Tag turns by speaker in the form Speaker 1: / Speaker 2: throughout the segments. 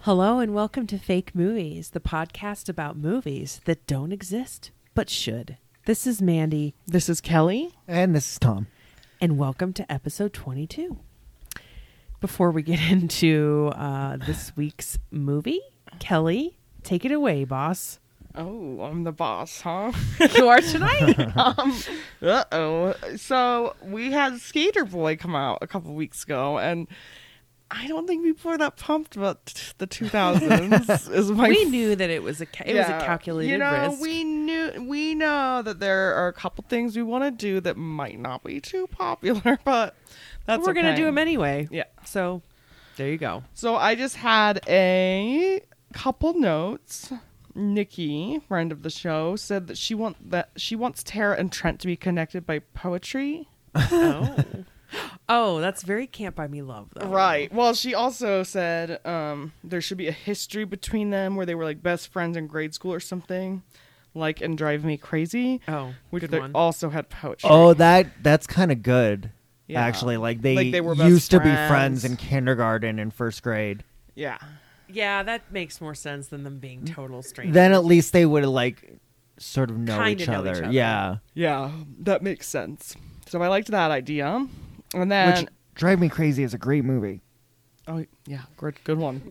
Speaker 1: Hello and welcome to Fake Movies, the podcast about movies that don't exist but should. This is Mandy,
Speaker 2: This is Kelly.
Speaker 3: And this is Tom.
Speaker 1: and welcome to episode 22. Before we get into uh, this week's movie, Kelly, take it away, boss.
Speaker 2: Oh, I'm the boss, huh?
Speaker 1: You are tonight.
Speaker 2: um, uh oh. So we had Skater Boy come out a couple weeks ago, and I don't think people are that pumped about t- the 2000s. is my
Speaker 1: we knew that it was a ca- it was a
Speaker 2: Yeah.
Speaker 1: calculated
Speaker 2: you know,
Speaker 1: risk.
Speaker 2: We knew we know that there are a couple things we want to do that might not be too popular, but
Speaker 1: But
Speaker 2: that's
Speaker 1: we're gonna
Speaker 2: okay.
Speaker 1: do them anyway.
Speaker 2: Yeah.
Speaker 1: So there you go.
Speaker 2: So I just had a couple notes. Nikki, friend of the show, said that she want that she wants Tara and Trent to be connected by poetry.
Speaker 1: Oh, oh, that's very Can't Buy Me Love though.
Speaker 2: Right. Well, she also said um, there should be a history between them where they were like best friends in grade school or something, like and drive me crazy.
Speaker 1: Oh,
Speaker 2: which
Speaker 1: good
Speaker 2: they
Speaker 1: one.
Speaker 2: also had poetry.
Speaker 3: Oh, that that's kind of good.
Speaker 2: Yeah.
Speaker 3: Actually, like they,
Speaker 2: Like, they were best
Speaker 3: used to be
Speaker 2: friends.
Speaker 3: friends in kindergarten and first grade.
Speaker 2: yeah.
Speaker 1: Yeah, that makes more sense than them being total strangers.
Speaker 3: Then at least they would like sort of know,
Speaker 1: Kinda
Speaker 3: each,
Speaker 1: know
Speaker 3: other.
Speaker 1: each other.
Speaker 3: Yeah.
Speaker 2: Yeah, that makes sense. So I liked that idea. And then
Speaker 3: Which Drive Me Crazy is a great movie.
Speaker 2: oh yeah, good good one.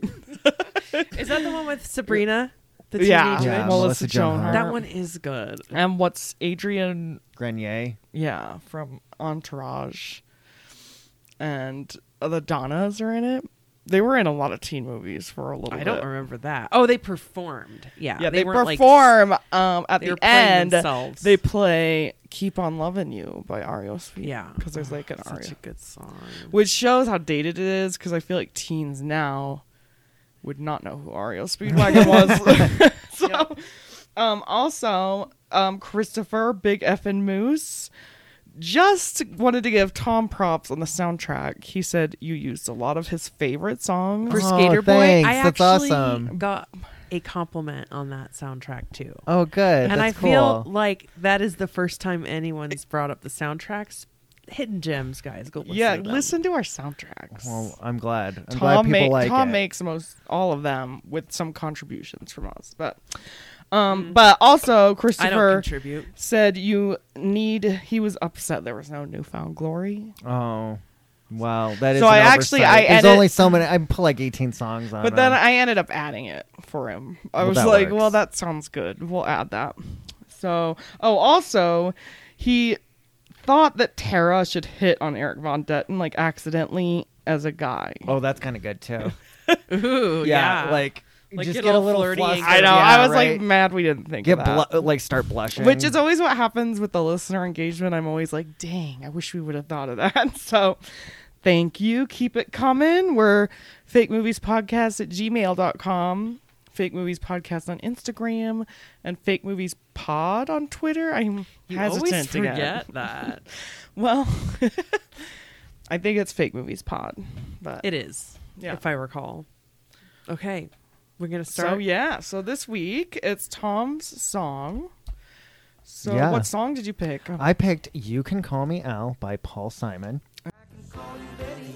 Speaker 1: Is that the one with Sabrina? The
Speaker 2: yeah,
Speaker 1: teenage
Speaker 3: Yeah,
Speaker 1: witch?
Speaker 3: Melissa
Speaker 2: Melissa
Speaker 3: Joan
Speaker 2: Joan Hart.
Speaker 3: Hart.
Speaker 1: That one is good.
Speaker 2: And what's Adrian?
Speaker 3: Grenier.
Speaker 2: Yeah, from Entourage. And the Donnas are in it. They were in a lot of teen movies for a little.
Speaker 1: I don't
Speaker 2: bit.
Speaker 1: remember that. Oh, they performed. Yeah,
Speaker 2: Yeah, they,
Speaker 1: weren't, like,
Speaker 2: perform um, at
Speaker 1: they
Speaker 2: the
Speaker 1: were playing
Speaker 2: end.
Speaker 1: themselves.
Speaker 2: They play "Keep on Loving You" by Ario.
Speaker 1: yeah,
Speaker 2: because there's like an
Speaker 1: Such
Speaker 2: aria,
Speaker 1: a good song.
Speaker 3: Oh,
Speaker 2: which shows how dated it is. Because I feel like teens now would not know who Ario Speedwagon was. so, um, also, um, Christopher Big Effin Moose just wanted to give Tom props on the soundtrack. He said you used a lot of his favorite songs.
Speaker 1: For
Speaker 3: Oh,
Speaker 1: Skater Boy,
Speaker 3: thanks.
Speaker 1: I
Speaker 3: That's
Speaker 1: actually
Speaker 3: awesome.
Speaker 1: got a compliment on that soundtrack too.
Speaker 3: Oh, good.
Speaker 1: and I
Speaker 3: That's
Speaker 1: feel
Speaker 3: cool.
Speaker 1: like that is the first time anyone's brought up the soundtracks. Hidden gems, guys. Go listen.
Speaker 2: yeah,
Speaker 1: to them.
Speaker 2: listen to our soundtracks.
Speaker 3: Well, I'm glad. I'm glad
Speaker 2: Tom,
Speaker 3: people
Speaker 2: make,
Speaker 3: like
Speaker 2: Tom
Speaker 3: it.
Speaker 2: makes most all of them with some contributions from us, but um, but
Speaker 1: Mm.
Speaker 2: also
Speaker 1: I don't
Speaker 2: Christopher
Speaker 1: contribute.
Speaker 2: said you need. He was upset there was no newfound glory,
Speaker 3: Oh. Wow, that is.
Speaker 2: So
Speaker 3: an
Speaker 2: I actually-
Speaker 3: oversight.
Speaker 2: I
Speaker 3: There's
Speaker 2: edit-
Speaker 3: only so many. I put like 18 songs on.
Speaker 2: but then
Speaker 3: them.
Speaker 2: I ended up adding it for him. I
Speaker 3: Well,
Speaker 2: was
Speaker 3: that
Speaker 2: like,
Speaker 3: works.
Speaker 2: well, that sounds good. We'll add that. So oh, also he thought that Tara should hit on Eric Von Detten like accidentally as a guy.
Speaker 3: oh, that's kind of good too.
Speaker 1: Ooh, yeah,
Speaker 3: like,
Speaker 1: Like,
Speaker 3: just
Speaker 1: get
Speaker 3: get,
Speaker 1: all
Speaker 3: a little
Speaker 1: flirty and
Speaker 3: flustered.
Speaker 2: I know.
Speaker 3: Yeah,
Speaker 2: I was
Speaker 3: right?
Speaker 2: like mad we didn't think
Speaker 3: get
Speaker 2: of that.
Speaker 3: blu- like start blushing,
Speaker 2: Which is always what happens with the listener engagement. I'm always like, dang, I wish we would have thought of that. So thank you. Keep it coming. We're fake movies podcast at gmail.com, fake movies podcast on Instagram, and fake movies pod on Twitter. I'm
Speaker 1: You
Speaker 2: hesitant
Speaker 1: always
Speaker 2: again.
Speaker 1: forget that.
Speaker 2: Well, I think it's fake movies pod. But
Speaker 1: It is,
Speaker 2: Yeah.
Speaker 1: if I recall. Okay, we're gonna start.
Speaker 2: so yeah, so this week it's Tom's song. So
Speaker 3: Yeah.
Speaker 2: what song did you pick?
Speaker 3: I picked "You Can Call Me Al" by Paul Simon.
Speaker 4: call you Betty.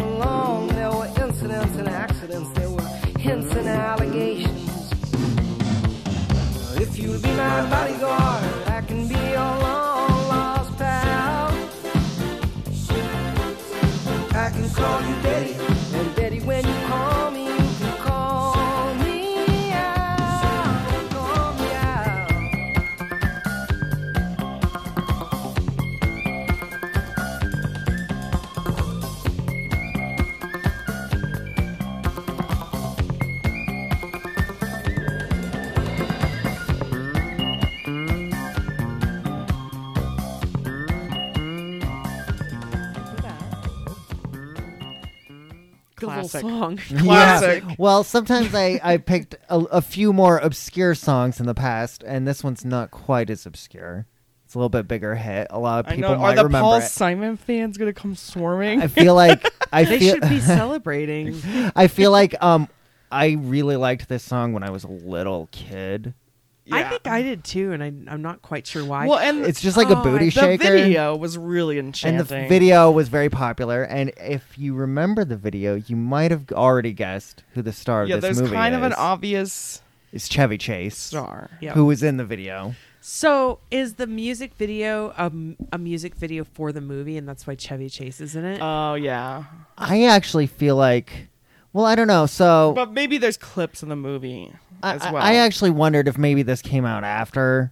Speaker 4: along, there were incidents and accidents, there were hints and allegations. If you'll be my bodyguard, I can be your long lost pal. I can call you Daddy, and Daddy, when you call me, you can call me out. Call me out.
Speaker 1: Good
Speaker 2: Classic.
Speaker 1: song.
Speaker 2: Classic.
Speaker 3: Yeah. Well, sometimes I, I picked a, a few more obscure songs in the past, and this one's not quite as obscure. It's a little bit bigger hit. A lot of
Speaker 2: I
Speaker 3: people
Speaker 2: know.
Speaker 3: might
Speaker 2: Are the
Speaker 3: remember
Speaker 2: Paul
Speaker 3: it.
Speaker 2: Simon fans gonna come swarming?
Speaker 3: I feel like I
Speaker 1: they
Speaker 3: feel
Speaker 1: should be celebrating.
Speaker 3: I feel like um I really liked this song when I was a little kid.
Speaker 1: I
Speaker 2: Yeah.
Speaker 1: think I did too, and I, I'm not quite sure why.
Speaker 2: well, and
Speaker 3: It's just like
Speaker 1: Oh,
Speaker 3: a booty
Speaker 1: the
Speaker 2: the
Speaker 3: shaker.
Speaker 2: video was really
Speaker 3: And the
Speaker 2: enchanting.
Speaker 3: video was very popular. And if you remember the video, you might have already guessed who the star
Speaker 2: yeah,
Speaker 3: of this
Speaker 2: there's
Speaker 3: movie
Speaker 2: kind
Speaker 3: is.
Speaker 2: of an obvious
Speaker 3: It's Chevy Chase,
Speaker 2: star.
Speaker 1: Yeah.
Speaker 3: who was in the video.
Speaker 1: so is the music video um, a music video for the movie, and that's why Chevy Chase is in it?
Speaker 2: Oh yeah,
Speaker 3: I actually feel like, well, I don't know. So
Speaker 2: but maybe there's clips in the movie
Speaker 3: I,
Speaker 2: as
Speaker 3: I-
Speaker 2: well.
Speaker 3: I actually wondered if maybe this came out after,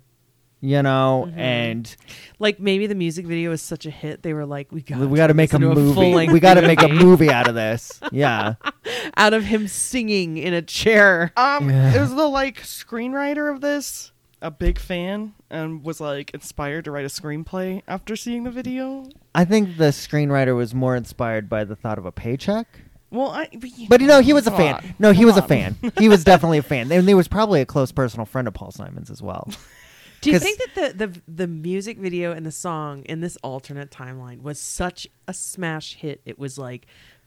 Speaker 3: you know,
Speaker 2: Mm-hmm.
Speaker 3: and
Speaker 1: like maybe the music video is such a hit, they were like, we got
Speaker 3: we got to make a movie.
Speaker 1: full-length
Speaker 3: we got to make a movie out of this. Yeah.
Speaker 1: out of him singing in a chair.
Speaker 2: Um,
Speaker 3: Yeah.
Speaker 2: it was the like screenwriter of this, a big fan, and was like inspired to write a screenplay after seeing the video.
Speaker 3: I think the screenwriter was more inspired by the thought of a paycheck.
Speaker 2: Well, I
Speaker 3: But you know, he was a
Speaker 2: Come
Speaker 3: fan.
Speaker 2: on.
Speaker 3: No, he
Speaker 2: Come
Speaker 3: was a
Speaker 2: on.
Speaker 3: fan. He was definitely a fan. And he was probably a close personal friend of Paul Simon's as well.
Speaker 1: Do you
Speaker 3: 'Cause-
Speaker 1: think that the, the the music video and the song in this alternate timeline was such a smash hit? It was like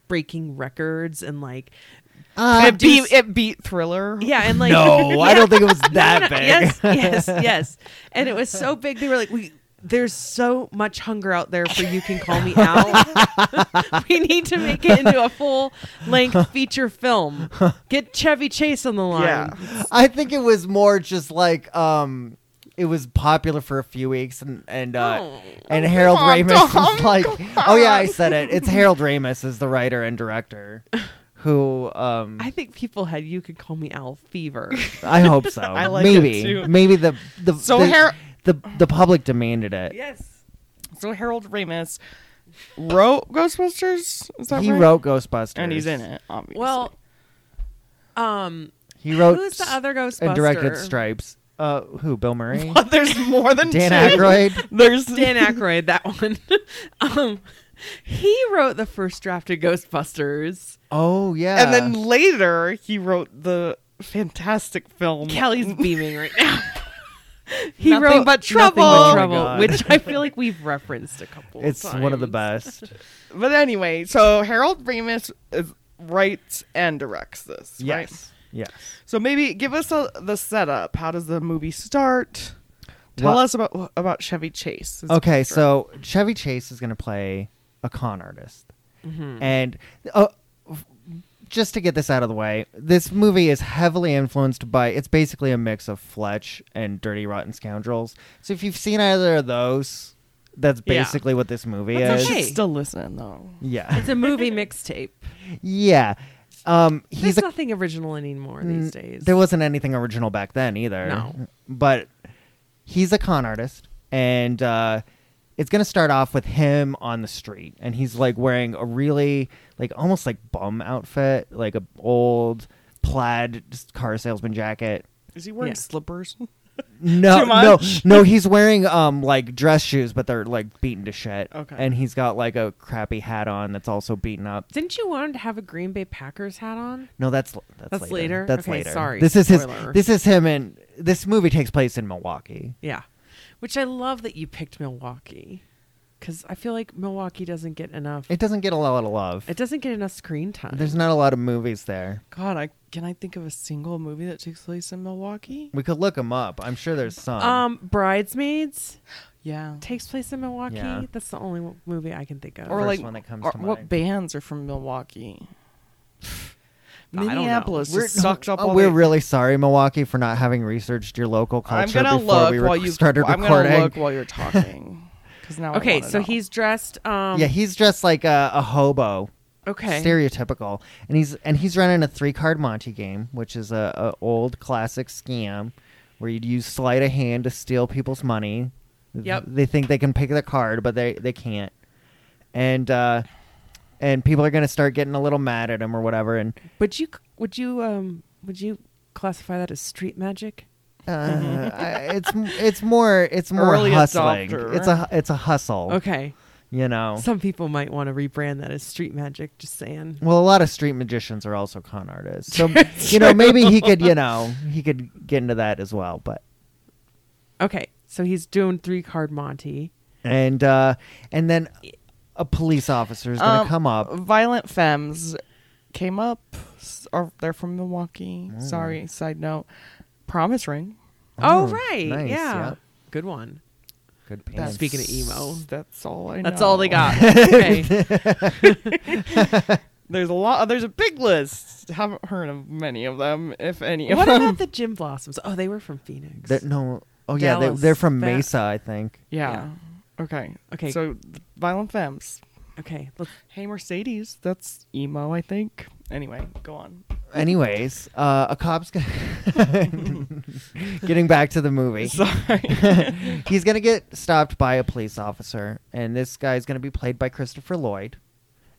Speaker 1: breaking records and like
Speaker 3: Uh,
Speaker 2: it beat
Speaker 1: just-
Speaker 2: it beat Thriller.
Speaker 1: yeah, and like
Speaker 3: no, I don't think it was
Speaker 1: No,
Speaker 3: that
Speaker 1: no,
Speaker 3: big.
Speaker 1: Yes, yes, yes. And it was so big. They were like, we. There's so much hunger out there for you can call me out. we need to make it into a full length feature film. Get Chevy Chase on the line.
Speaker 2: Yeah.
Speaker 3: I think it was more just like um it was popular for a few weeks and and uh,
Speaker 1: Oh.
Speaker 3: and Harold
Speaker 2: on,
Speaker 3: Ramis
Speaker 2: Tom,
Speaker 3: is like oh yeah I said it it's Harold Ramis is the writer and director who um
Speaker 1: I think people had you could call me Al fever.
Speaker 3: I hope so
Speaker 2: I like it,
Speaker 3: maybe
Speaker 2: too.
Speaker 3: maybe the the
Speaker 2: So
Speaker 3: the,
Speaker 2: Har-
Speaker 3: the the public demanded it
Speaker 1: yes.
Speaker 2: So Harold Ramis wrote Ghostbusters. Is that
Speaker 3: he
Speaker 2: right?
Speaker 3: wrote Ghostbusters
Speaker 2: and he's in it. Obviously.
Speaker 1: Well, um,
Speaker 3: he wrote
Speaker 1: who's the other Ghostbuster?
Speaker 3: and directed Stripes uh who Bill Murray
Speaker 2: but there's more than
Speaker 3: Dan
Speaker 2: two.
Speaker 3: Aykroyd
Speaker 2: There's
Speaker 1: Dan Aykroyd, that one. um, he wrote the first draft of Ghostbusters.
Speaker 3: oh yeah
Speaker 2: and then later he wrote the fantastic film.
Speaker 1: Kelly's beaming right now. he
Speaker 2: He Nothing
Speaker 1: wrote
Speaker 2: wrote but
Speaker 1: Nothing
Speaker 2: Trouble.
Speaker 1: but
Speaker 3: Oh my
Speaker 1: trouble,
Speaker 3: God.
Speaker 1: which I feel like we've referenced a couple.
Speaker 3: it's one of the
Speaker 1: times.
Speaker 3: best
Speaker 2: But anyway, so Harold Ramis is, writes and directs this. Right?
Speaker 3: yes yes.
Speaker 2: So maybe give us a, the setup. How does the movie start? Tell
Speaker 3: Well-
Speaker 2: us about about Chevy Chase. his
Speaker 3: Okay,
Speaker 2: character.
Speaker 3: so Chevy Chase is going to play a con artist,
Speaker 1: Mm-hmm.
Speaker 3: and uh, f- just to get this out of the way, this movie is heavily influenced by. It's basically a mix of Fletch and Dirty Rotten Scoundrels. So if you've seen either of those, that's
Speaker 1: Yeah.
Speaker 3: basically what this movie
Speaker 1: That's
Speaker 3: is.
Speaker 2: You
Speaker 1: okay.
Speaker 2: should still listen though.
Speaker 3: Yeah,
Speaker 1: It's a movie mixtape.
Speaker 3: yeah. Um,
Speaker 1: There's
Speaker 3: he's a Mm,
Speaker 1: nothing original anymore these days.
Speaker 3: There wasn't anything original back then either.
Speaker 1: No.
Speaker 3: But he's a con artist, and uh, it's going to start off with him on the street, and he's like wearing a really like almost like bum outfit, like a old plaid car salesman jacket.
Speaker 2: Is he wearing
Speaker 1: Yeah.
Speaker 2: slippers?
Speaker 3: No,
Speaker 2: Too
Speaker 3: no,
Speaker 2: much?
Speaker 3: no. He's wearing um like dress shoes, but they're like beaten to shit.
Speaker 2: Okay.
Speaker 3: And he's got like a crappy hat on that's also beaten up.
Speaker 1: Didn't you want him to have a Green Bay Packers hat on?
Speaker 3: No, that's that's,
Speaker 1: That's later?
Speaker 3: That's
Speaker 1: Okay,
Speaker 3: later.
Speaker 1: sorry.
Speaker 3: This is his.
Speaker 1: Spoiler.
Speaker 3: This is him, and this movie takes place in Milwaukee.
Speaker 1: Yeah. Which I love that you picked Milwaukee. Because I feel like Milwaukee doesn't get enough.
Speaker 3: It doesn't get a lot of love.
Speaker 1: It doesn't get enough screen time.
Speaker 3: There's not a lot of movies there.
Speaker 2: God, I can I think of a single movie that takes place in Milwaukee?
Speaker 3: We could look them up. I'm sure there's some.
Speaker 1: um, Bridesmaids
Speaker 2: Yeah.
Speaker 1: takes place in Milwaukee.
Speaker 3: Yeah.
Speaker 1: That's the only w- movie I can think of.
Speaker 2: Or
Speaker 3: First
Speaker 2: like
Speaker 3: one that comes
Speaker 2: or
Speaker 3: to
Speaker 2: what
Speaker 3: mind.
Speaker 2: bands are from Milwaukee?
Speaker 1: I don't know.
Speaker 2: Minneapolis
Speaker 3: we're,
Speaker 2: just sucked up
Speaker 3: oh,
Speaker 2: all
Speaker 3: we're
Speaker 2: the-
Speaker 3: really sorry, Milwaukee, for not having researched your local
Speaker 2: I'm
Speaker 3: culture
Speaker 2: gonna
Speaker 3: before
Speaker 2: look
Speaker 3: we rec-
Speaker 2: while you
Speaker 3: started
Speaker 2: I'm
Speaker 3: recording.
Speaker 2: gonna look while you're talking. 'Cause now I
Speaker 1: okay,
Speaker 2: wanna
Speaker 1: so
Speaker 2: know.
Speaker 1: he's dressed. Um,
Speaker 3: yeah, he's dressed like a, a hobo,
Speaker 1: okay.
Speaker 3: stereotypical, and he's and he's running a three card Monte game, which is a, a old classic scam where you'd use sleight of hand to steal people's money.
Speaker 1: Yep.
Speaker 3: They think they can pick the card, but they they can't. And uh, and people are gonna start getting a little mad at him or whatever, and
Speaker 1: Would you would you um would you classify that as street magic? Mm-hmm.
Speaker 3: Uh, I- it's it's more it's more
Speaker 2: Early
Speaker 3: hustling.
Speaker 2: adopter.
Speaker 3: It's a it's a hustle.
Speaker 1: Okay.
Speaker 3: You know,
Speaker 1: Some people might want to rebrand that as street magic. Just saying.
Speaker 3: well, a lot of street magicians are also con artists. So you know, maybe he could, you know, he could get into that as well. But
Speaker 1: Okay, so he's doing three card Monty.
Speaker 3: and uh and then a police officer is going to
Speaker 2: Um,
Speaker 3: come up.
Speaker 2: Violent Femmes came up. s- Are they're from Milwaukee? Sorry, side note. Promise Ring.
Speaker 1: Oh,
Speaker 3: Oh,
Speaker 1: right,
Speaker 3: nice,
Speaker 1: yeah.
Speaker 3: yeah.
Speaker 1: good one.
Speaker 3: Good
Speaker 2: That's-
Speaker 3: pants.
Speaker 1: Speaking of emo.
Speaker 2: oh, that's all I.
Speaker 1: That's
Speaker 2: know.
Speaker 1: all they got. Okay.
Speaker 2: There's a lot. There's a big list. Haven't heard of many of them, if any of
Speaker 1: what
Speaker 2: them.
Speaker 1: about the Gym Blossoms? Oh, they were from Phoenix.
Speaker 3: They're- no, oh yeah, they,
Speaker 1: Dallas
Speaker 3: they're from
Speaker 1: Ba-
Speaker 3: Mesa, I think.
Speaker 2: yeah. Okay.
Speaker 1: Okay.
Speaker 2: So, th- Violent Femmes.
Speaker 1: okay, let's-
Speaker 2: Hey Mercedes. That's emo, I think. Anyway, go on.
Speaker 3: Anyways, uh, a cop's g- getting back to the movie.
Speaker 2: Sorry.
Speaker 3: He's gonna get stopped by a police officer, and this guy's gonna be played by Christopher Lloyd,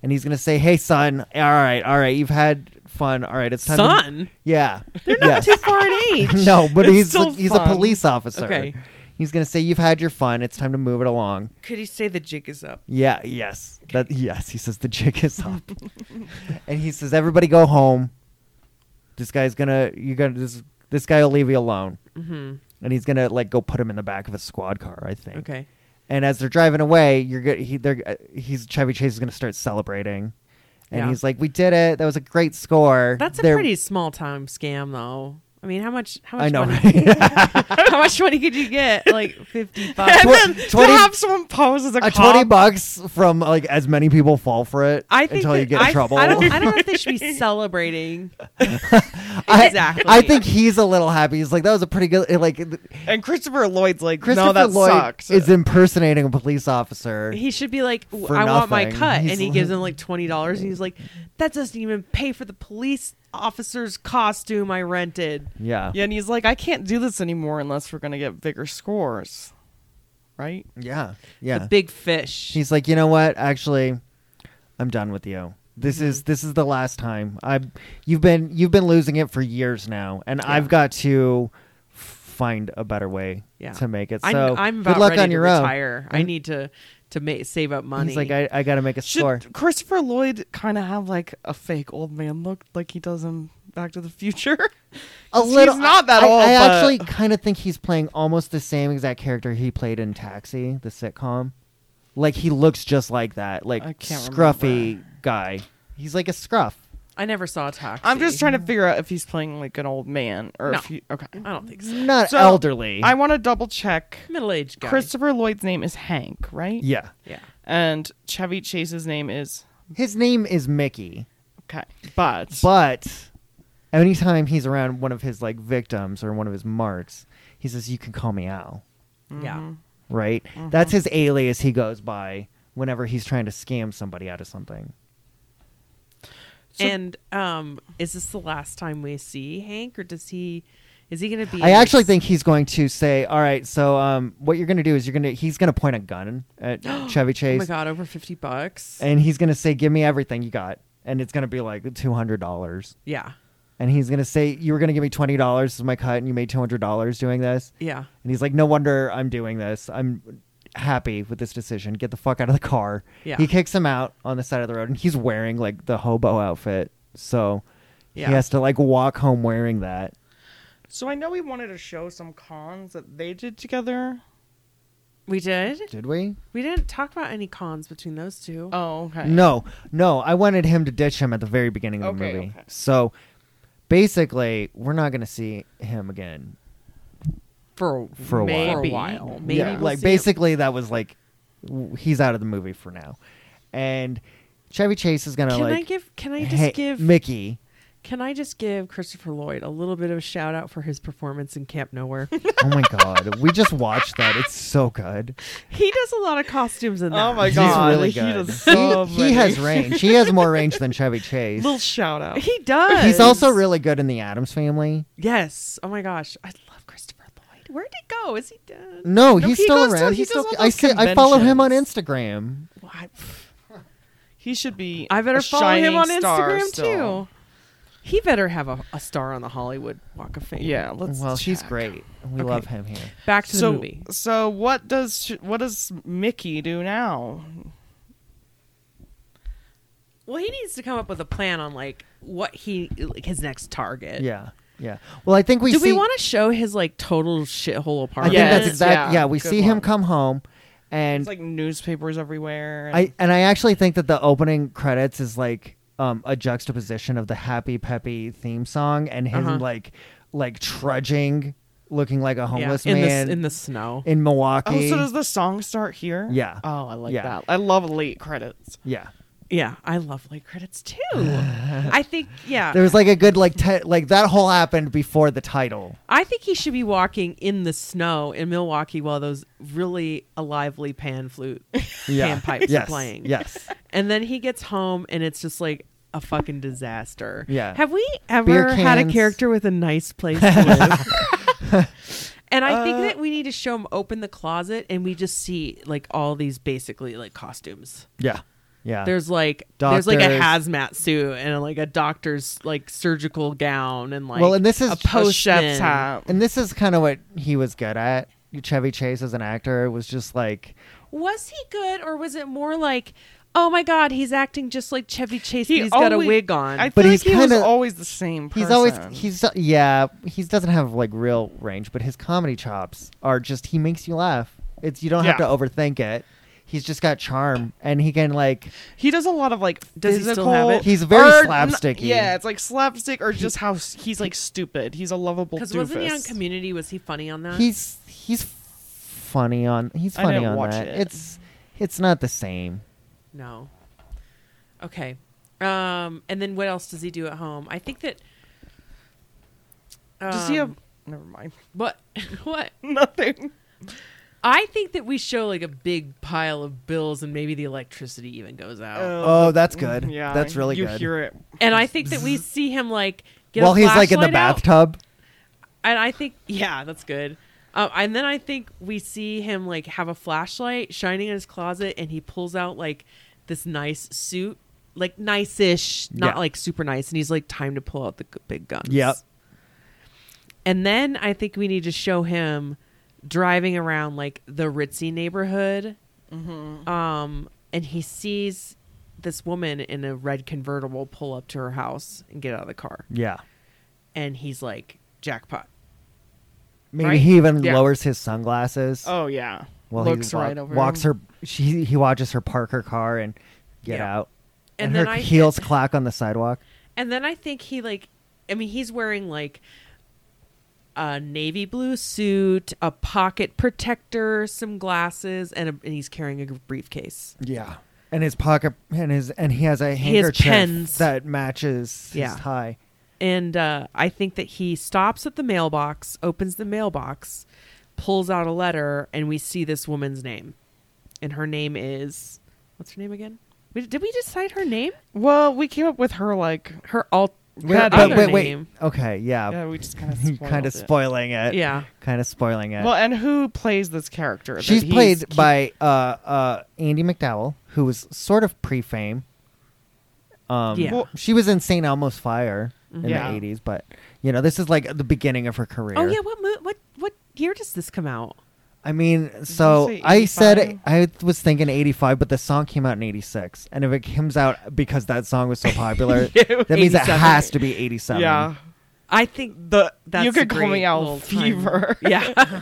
Speaker 3: and he's gonna say, "Hey, son, all right, all right, you've had fun. All right, it's time." to-
Speaker 1: son.
Speaker 3: yeah,
Speaker 1: They're not
Speaker 3: yeah.
Speaker 1: too far in age.
Speaker 3: no, but
Speaker 2: It's
Speaker 3: he's
Speaker 2: still
Speaker 3: he's
Speaker 2: fun.
Speaker 3: a police officer.
Speaker 1: Okay.
Speaker 3: He's gonna say, "You've had your fun. It's time to move it along."
Speaker 1: Could he say the jig is up?
Speaker 3: Yeah, yes. That yes, he says the jig is up. and he says everybody go home. This guy's gonna you gonna this this guy will leave you alone.
Speaker 1: Mm-hmm.
Speaker 3: And he's gonna like go put him in the back of a squad car, I think.
Speaker 1: Okay.
Speaker 3: And as they're driving away, you're good. He, they're, uh, he's Chevy Chase is gonna start celebrating, and
Speaker 1: Yeah.
Speaker 3: he's like, "We did it! That was a great score."
Speaker 1: That's a
Speaker 3: They're-
Speaker 1: pretty small time scam, though. I mean, how much? How much?
Speaker 3: I know.
Speaker 1: Money,
Speaker 3: right?
Speaker 1: how much money could you get? Like fifty bucks.
Speaker 3: Twen- twenty
Speaker 2: Perhaps someone poses a,
Speaker 3: a
Speaker 2: cop.
Speaker 3: twenty bucks from like as many people fall for it
Speaker 1: I think
Speaker 3: until
Speaker 1: that-
Speaker 3: you get in
Speaker 1: I,
Speaker 3: trouble.
Speaker 1: I don't, I don't know if they should be celebrating.
Speaker 3: I-
Speaker 1: exactly.
Speaker 3: I, think he's a little happy. He's like, that was a pretty good. Like, th-
Speaker 2: And Christopher Lloyd's like,
Speaker 3: Christopher
Speaker 2: no, that
Speaker 3: Lloyd
Speaker 2: sucks.
Speaker 3: is impersonating a police officer.
Speaker 1: he should be like, "W-
Speaker 3: For
Speaker 1: I want my
Speaker 3: nothing.
Speaker 1: cut,
Speaker 3: He's
Speaker 1: and he
Speaker 3: like-
Speaker 1: gives him like twenty dollars, and he's like, that doesn't even pay for the police officer's costume I rented.
Speaker 3: yeah.
Speaker 2: yeah, and he's like, I can't do this anymore unless we're gonna get bigger scores, right?
Speaker 3: Yeah. Yeah.
Speaker 1: The big fish.
Speaker 3: He's like, you know what? Actually, I'm done with you. This
Speaker 1: Mm-hmm.
Speaker 3: is this is the last time. I you've been you've been losing it for years now, and I've got to f- find a better way
Speaker 1: Yeah.
Speaker 3: to make it. So
Speaker 1: I'm, I'm about
Speaker 3: good luck
Speaker 1: ready
Speaker 3: on your
Speaker 1: to
Speaker 3: own.
Speaker 1: retire. I need to to ma- save up money.
Speaker 3: He's like, I, I got to make a
Speaker 2: Should
Speaker 3: score.
Speaker 2: Christopher Lloyd kind of have like a fake old man look, like he does in Back to the Future?
Speaker 3: a
Speaker 2: 'Cause
Speaker 3: little.
Speaker 2: He's not that
Speaker 3: I,
Speaker 2: old.
Speaker 3: I
Speaker 2: but-
Speaker 3: actually kind of think he's playing almost the same exact character he played in Taxi, the sitcom. Like he looks just like that, like
Speaker 2: I can't
Speaker 3: scruffy
Speaker 2: remember.
Speaker 3: guy. He's like a scruff.
Speaker 1: I never saw a taxi.
Speaker 2: I'm just trying to figure out if he's playing like an old man or
Speaker 1: No.
Speaker 2: if he. Okay.
Speaker 3: Mm.
Speaker 1: I don't think so.
Speaker 3: Not
Speaker 2: So,
Speaker 3: elderly.
Speaker 2: I want to double check.
Speaker 1: Middle aged guy.
Speaker 2: Christopher Lloyd's name is Hank, right?
Speaker 3: yeah.
Speaker 1: Yeah.
Speaker 2: And Chevy Chase's name is.
Speaker 3: His name is Mickey,
Speaker 2: Okay. But.
Speaker 3: but anytime he's around one of his like victims or one of his marks, he says, "You can call me Al." Mm-hmm.
Speaker 1: Yeah.
Speaker 3: Right? That's
Speaker 2: Mm-hmm.
Speaker 3: his alias he goes by whenever he's trying to scam somebody out of something.
Speaker 2: So-
Speaker 1: and um, is this the last time we see Hank, or does he? Is he going to be?
Speaker 3: I
Speaker 1: in
Speaker 3: actually
Speaker 1: this-
Speaker 3: think he's going to say, "All right, so um, what you're going to do is you're going to he's going to point a gun at Chevy
Speaker 1: Oh
Speaker 3: Chase,
Speaker 1: my god, over fifty bucks.
Speaker 3: and he's going to say, "Give me everything you got," and it's going to be like two hundred dollars,
Speaker 1: yeah.
Speaker 3: and he's going to say, "You were going to give me twenty dollars as my cut, and you made two hundred dollars doing this,"
Speaker 1: Yeah.
Speaker 3: and he's like, "No wonder I'm doing this. I'm happy with this decision. Get the fuck out of the car."
Speaker 1: Yeah.
Speaker 3: He kicks him out on the side of the road, and he's wearing like the hobo outfit, so
Speaker 1: Yeah.
Speaker 3: he has to like walk home wearing that.
Speaker 2: So I know we wanted to show some cons that they did together.
Speaker 1: We did.
Speaker 3: Did we?
Speaker 1: We didn't talk about any cons between those two.
Speaker 3: Uh,
Speaker 2: Oh, okay.
Speaker 3: No, no, I wanted him to ditch him at the very beginning of the
Speaker 2: Okay,
Speaker 3: movie.
Speaker 2: okay.
Speaker 3: So basically, we're not going to see him again.
Speaker 1: for
Speaker 3: For a while.
Speaker 1: maybe,
Speaker 2: For a while.
Speaker 1: Maybe
Speaker 3: Yeah,
Speaker 1: we'll
Speaker 3: like
Speaker 1: see it.
Speaker 3: basically that was like w- he's out of the movie for now, and Chevy Chase is going to
Speaker 1: Can
Speaker 3: like
Speaker 1: I give? Can I just
Speaker 3: hit
Speaker 1: give?
Speaker 3: Mickey.
Speaker 1: Can I just give Christopher Lloyd a little bit of a shout out for his performance in Camp Nowhere?
Speaker 3: Oh my god, we just watched that. It's so good.
Speaker 1: he does a lot of costumes in that.
Speaker 2: Oh my
Speaker 3: He's
Speaker 2: god.
Speaker 3: really
Speaker 2: he
Speaker 3: good.
Speaker 2: does so
Speaker 3: he,
Speaker 2: many.
Speaker 3: he has range. He has more range than Chevy Chase.
Speaker 2: Little shout out.
Speaker 1: He does.
Speaker 3: He's also really good in the Adams Family.
Speaker 1: Yes. Oh my gosh, I love Christopher Lloyd. Where would he go? Is he dead?
Speaker 3: No, he's
Speaker 2: he
Speaker 3: still
Speaker 2: goes to-
Speaker 3: around.
Speaker 2: he
Speaker 3: he's
Speaker 2: does
Speaker 3: still.
Speaker 2: all
Speaker 3: I,
Speaker 2: those
Speaker 3: see, I follow him on
Speaker 2: conventions.
Speaker 3: Instagram.
Speaker 1: Well, I-
Speaker 2: He should be.
Speaker 1: I better
Speaker 2: a
Speaker 1: follow him
Speaker 2: shining
Speaker 1: on
Speaker 2: star
Speaker 1: Instagram
Speaker 2: still.
Speaker 1: too. He better have a, a star on the Hollywood Walk of Fame.
Speaker 2: Yeah, let's.
Speaker 3: well, she's
Speaker 2: check.
Speaker 3: great. We
Speaker 1: Okay.
Speaker 3: love him here.
Speaker 1: Back to
Speaker 2: So,
Speaker 1: the movie.
Speaker 2: so what does sh what does Mickey do now?
Speaker 1: Well, he needs to come up with a plan on like what he like his next target.
Speaker 3: Yeah, yeah. Well, I think we
Speaker 1: Uh, Do
Speaker 3: see.
Speaker 1: we want to show his like total shithole
Speaker 3: I
Speaker 1: apartment?
Speaker 3: think
Speaker 2: Yes,
Speaker 3: that's exactly.
Speaker 2: yeah,
Speaker 3: Yeah, we
Speaker 2: good
Speaker 3: see
Speaker 2: one.
Speaker 3: him come home, and
Speaker 2: It's like newspapers everywhere. and-
Speaker 3: I and I actually think that the opening credits is like um, a juxtaposition of the happy peppy theme song and him
Speaker 1: Uh-huh.
Speaker 3: like like trudging, looking like a homeless
Speaker 1: in
Speaker 3: man
Speaker 1: the in the snow.
Speaker 3: in Milwaukee.
Speaker 2: oh, so does the song start here?
Speaker 3: Yeah.
Speaker 2: Oh, I like
Speaker 3: Yeah.
Speaker 2: that. I love late credits.
Speaker 3: yeah,
Speaker 1: yeah, I love late credits too. I think yeah.
Speaker 3: there was like a good like te- like that whole happened before the title.
Speaker 1: I think he should be walking in the snow in Milwaukee while those really lively pan flute pan pipes
Speaker 3: yes.
Speaker 1: are playing.
Speaker 3: Yes.
Speaker 1: And then he gets home and it's just like a fucking disaster.
Speaker 3: Yeah.
Speaker 1: Have we
Speaker 3: Beer
Speaker 1: ever had a
Speaker 3: cans.
Speaker 1: character with a nice place to live? and I
Speaker 3: Uh.
Speaker 1: think that we need to show him open the closet and we just see like all these basically like costumes.
Speaker 3: Yeah. Yeah.
Speaker 1: There's like there's like a
Speaker 3: Uh, Doctors.
Speaker 1: hazmat suit and like a doctor's like surgical gown and like
Speaker 3: Well, and this is
Speaker 1: a
Speaker 3: a chef's
Speaker 2: A
Speaker 1: post
Speaker 2: chef's hat.
Speaker 3: and this is kind of what he was good at. Chevy Chase as an actor was just like
Speaker 1: Was he good, or was it more like, oh my god, he's acting just like Chevy Chase,
Speaker 2: He
Speaker 1: but he's got a
Speaker 2: always-
Speaker 1: wig on?
Speaker 2: I
Speaker 3: But
Speaker 2: feel
Speaker 3: he's
Speaker 2: like he was
Speaker 3: kinda-
Speaker 2: always the same person.
Speaker 3: He's always he's yeah he doesn't have like real range, but his comedy chops are just he makes you laugh. It's you don't have to
Speaker 2: Yeah.
Speaker 3: overthink it. He's just got charm, and he can like
Speaker 2: He does a lot of like
Speaker 1: Does he still
Speaker 2: physical.
Speaker 1: have it?
Speaker 3: He's very
Speaker 2: or n-
Speaker 3: slapsticky.
Speaker 2: Yeah, it's like slapstick or just how s- he's like stupid. He's a lovable.
Speaker 1: Because wasn't he on
Speaker 2: doofus.
Speaker 1: Community? Was he funny on that?
Speaker 3: he's he's funny on he's
Speaker 2: I
Speaker 3: funny
Speaker 2: didn't
Speaker 3: on
Speaker 2: watch
Speaker 3: that.
Speaker 2: it.
Speaker 3: It's it's not the same.
Speaker 1: no. Okay. Um, and then what else does he do at home? I think that. Um,
Speaker 2: Does he have? Never mind.
Speaker 1: what? what?
Speaker 2: Nothing.
Speaker 1: I think that we show like a big pile of bills, and maybe the electricity even goes out.
Speaker 3: Oh, that's good.
Speaker 2: Mm, Yeah,
Speaker 3: that's really
Speaker 2: you
Speaker 3: good.
Speaker 2: hear it.
Speaker 1: and I think that we see him like get a
Speaker 3: While he's like in the
Speaker 1: flashlight out.
Speaker 3: bathtub,
Speaker 1: and I think yeah, that's good. Um, and then I think we see him like have a flashlight shining in his closet, and he pulls out like this nice suit, like nice-ish, not
Speaker 3: Yeah.
Speaker 1: like super nice. And he's like, time to pull out the g- big guns.
Speaker 3: Yep.
Speaker 1: And then I think we need to show him driving around like the ritzy neighborhood, um, and he sees this woman in a red convertible pull up to her house and get out of the car,
Speaker 3: yeah.
Speaker 1: and he's like, jackpot.
Speaker 3: Maybe
Speaker 1: Right?
Speaker 3: he even
Speaker 2: Yeah.
Speaker 3: lowers his sunglasses.
Speaker 2: Oh yeah.
Speaker 3: while
Speaker 2: Looks
Speaker 3: he wa-
Speaker 2: right over.
Speaker 3: walks
Speaker 2: him.
Speaker 3: her. She he watches her park her car and get
Speaker 1: Yeah.
Speaker 3: out,
Speaker 1: And
Speaker 3: and,
Speaker 1: then
Speaker 3: her
Speaker 1: I-
Speaker 3: heels clack on the sidewalk.
Speaker 1: And then I think he like I mean he's wearing like a navy blue suit, a pocket protector, some glasses, and, a, and he's carrying a briefcase.
Speaker 3: Yeah, and his pocket and his and he has a
Speaker 1: He has
Speaker 3: handkerchief
Speaker 1: pens.
Speaker 3: that matches
Speaker 1: Yeah.
Speaker 3: his tie.
Speaker 1: And uh, I think that he stops at the mailbox, opens the mailbox, pulls out a letter, and we see this woman's name. And her name is what's her name again? We, did we decide her name?
Speaker 2: Well, we came up with her like.
Speaker 1: Her alt.
Speaker 2: Wait,
Speaker 1: her
Speaker 2: but
Speaker 1: other
Speaker 3: wait,
Speaker 1: name.
Speaker 3: wait. Okay, yeah,
Speaker 2: Yeah, we just kind
Speaker 3: you
Speaker 2: of
Speaker 3: kind of spoiling it.
Speaker 1: Yeah.
Speaker 3: kind of spoiling it.
Speaker 2: Well, and who plays this character? that
Speaker 3: She's
Speaker 2: he's
Speaker 3: played
Speaker 2: keep-
Speaker 3: by uh, uh, Andy McDowell, who was sort of pre-fame. Um,
Speaker 1: Yeah. Well-
Speaker 3: she was in St. Elmo's Fire in
Speaker 2: Yeah.
Speaker 3: the '80s, but you know this is like the beginning of her career.
Speaker 1: Oh yeah, what mo- what what year does this come out?
Speaker 3: I mean, so
Speaker 2: say
Speaker 3: I said
Speaker 2: 85?
Speaker 3: I was thinking 85, but the song came out in 86. And if it comes out because that song was so popular, that means it
Speaker 1: 87.
Speaker 3: has to be 87.
Speaker 2: Yeah.
Speaker 1: I think
Speaker 2: The
Speaker 1: That's
Speaker 2: you
Speaker 1: a
Speaker 2: could call
Speaker 1: great
Speaker 2: me out
Speaker 1: little time.
Speaker 2: fever.
Speaker 1: Yeah.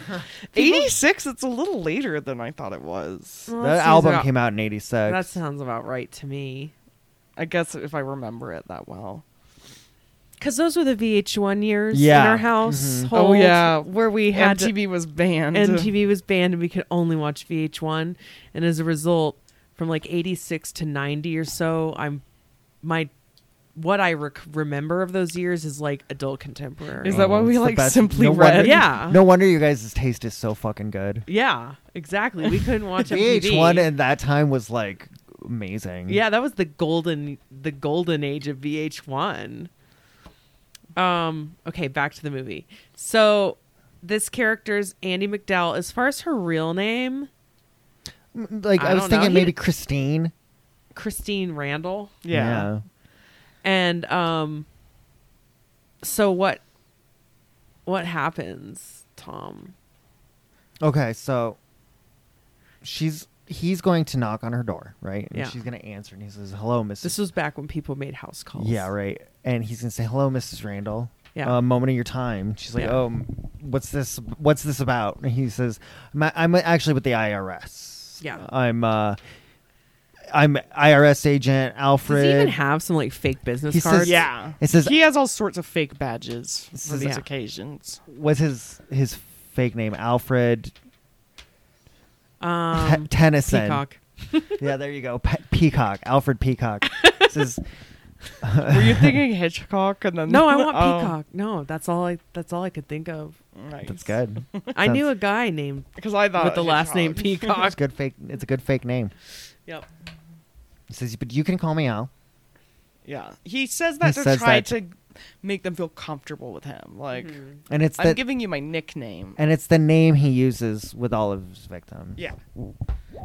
Speaker 2: Eighty six. It's a little later than I thought it was.
Speaker 1: Well,
Speaker 3: That
Speaker 1: seems
Speaker 3: album
Speaker 1: about-
Speaker 3: came out in 86.
Speaker 1: That sounds about right to me.
Speaker 2: I guess if I remember it that well.
Speaker 1: Because those were the VH1 years in
Speaker 3: Yeah.
Speaker 1: our house.
Speaker 2: Oh, yeah.
Speaker 1: where we had to-
Speaker 2: MTV was banned.
Speaker 1: MTV was banned Mm-hmm. and uh, we could only watch VH1, and as a result, from like '86 to '90 or so, I'm my what I rec- remember of those years is like adult contemporary.
Speaker 2: Is that why
Speaker 3: Oh,
Speaker 2: we
Speaker 3: it's the
Speaker 2: like
Speaker 3: best.
Speaker 2: simply
Speaker 3: No wonder-
Speaker 2: read?
Speaker 1: yeah,
Speaker 3: No wonder you guys' taste is so fucking good.
Speaker 1: yeah, exactly. We couldn't watch MTV.
Speaker 3: VH1 at that time was like
Speaker 2: Mm-hmm.
Speaker 3: amazing.
Speaker 1: Yeah, that was the golden the golden age of VH1. Um, okay, back to the movie. So this character's Andy McDowell. As far as her real name,
Speaker 3: M- Like,
Speaker 1: I
Speaker 3: I, was
Speaker 1: don't know.
Speaker 3: thinking
Speaker 1: He-
Speaker 3: maybe Christine.
Speaker 1: Christine Randall.
Speaker 2: Yeah.
Speaker 1: And um so what what happens, Tom?
Speaker 3: Okay, so she's he's going to knock on her door, right? And
Speaker 1: Yeah.
Speaker 3: she's going to answer, and he says, "Hello, Mrs.
Speaker 1: This was back when people made house calls.
Speaker 3: Yeah, right. And he's gonna say, "Hello, Mrs. Randall.
Speaker 1: Yeah.
Speaker 3: A moment of your time." She's like,
Speaker 1: Yeah.
Speaker 3: "Oh, what's this? What's this about?" And he says, "I'm, I'm actually with the IRS.
Speaker 1: Yeah.
Speaker 3: I'm uh, I'm IRS agent
Speaker 1: Does
Speaker 3: Alfred."
Speaker 1: he even have some like fake business
Speaker 3: He says-
Speaker 1: cards?
Speaker 2: Yeah.
Speaker 3: It says-
Speaker 2: he has all sorts of fake badges
Speaker 3: This
Speaker 2: for
Speaker 3: is-
Speaker 2: these
Speaker 1: yeah.
Speaker 2: occasions.
Speaker 3: was his his fake name Alfred Te-
Speaker 1: Um,
Speaker 3: Tennyson?
Speaker 1: Peacock.
Speaker 3: Yeah, there you go. Pe- Peacock. Alfred Peacock. says,
Speaker 2: Were you thinking Hitchcock and then
Speaker 1: No, I want
Speaker 2: Oh,
Speaker 1: Peacock. No, that's all I that's all I could think of.
Speaker 2: nice.
Speaker 3: "That's good.
Speaker 1: I knew a
Speaker 3: Sounds-
Speaker 1: guy named
Speaker 2: because I thought
Speaker 1: with the last name
Speaker 2: Hitchcock.
Speaker 1: Peacock.
Speaker 3: It's good fake. It's a good fake name."
Speaker 1: yep.
Speaker 3: He says, "But you can call me Al."
Speaker 2: Yeah, he says that to
Speaker 3: says
Speaker 2: try
Speaker 3: that.
Speaker 2: to make them feel comfortable with him. Like
Speaker 1: Mm-hmm.
Speaker 3: And it's
Speaker 2: I'm
Speaker 3: that,
Speaker 2: giving you my nickname.
Speaker 3: and it's the name he uses with all of his victims.
Speaker 2: yeah,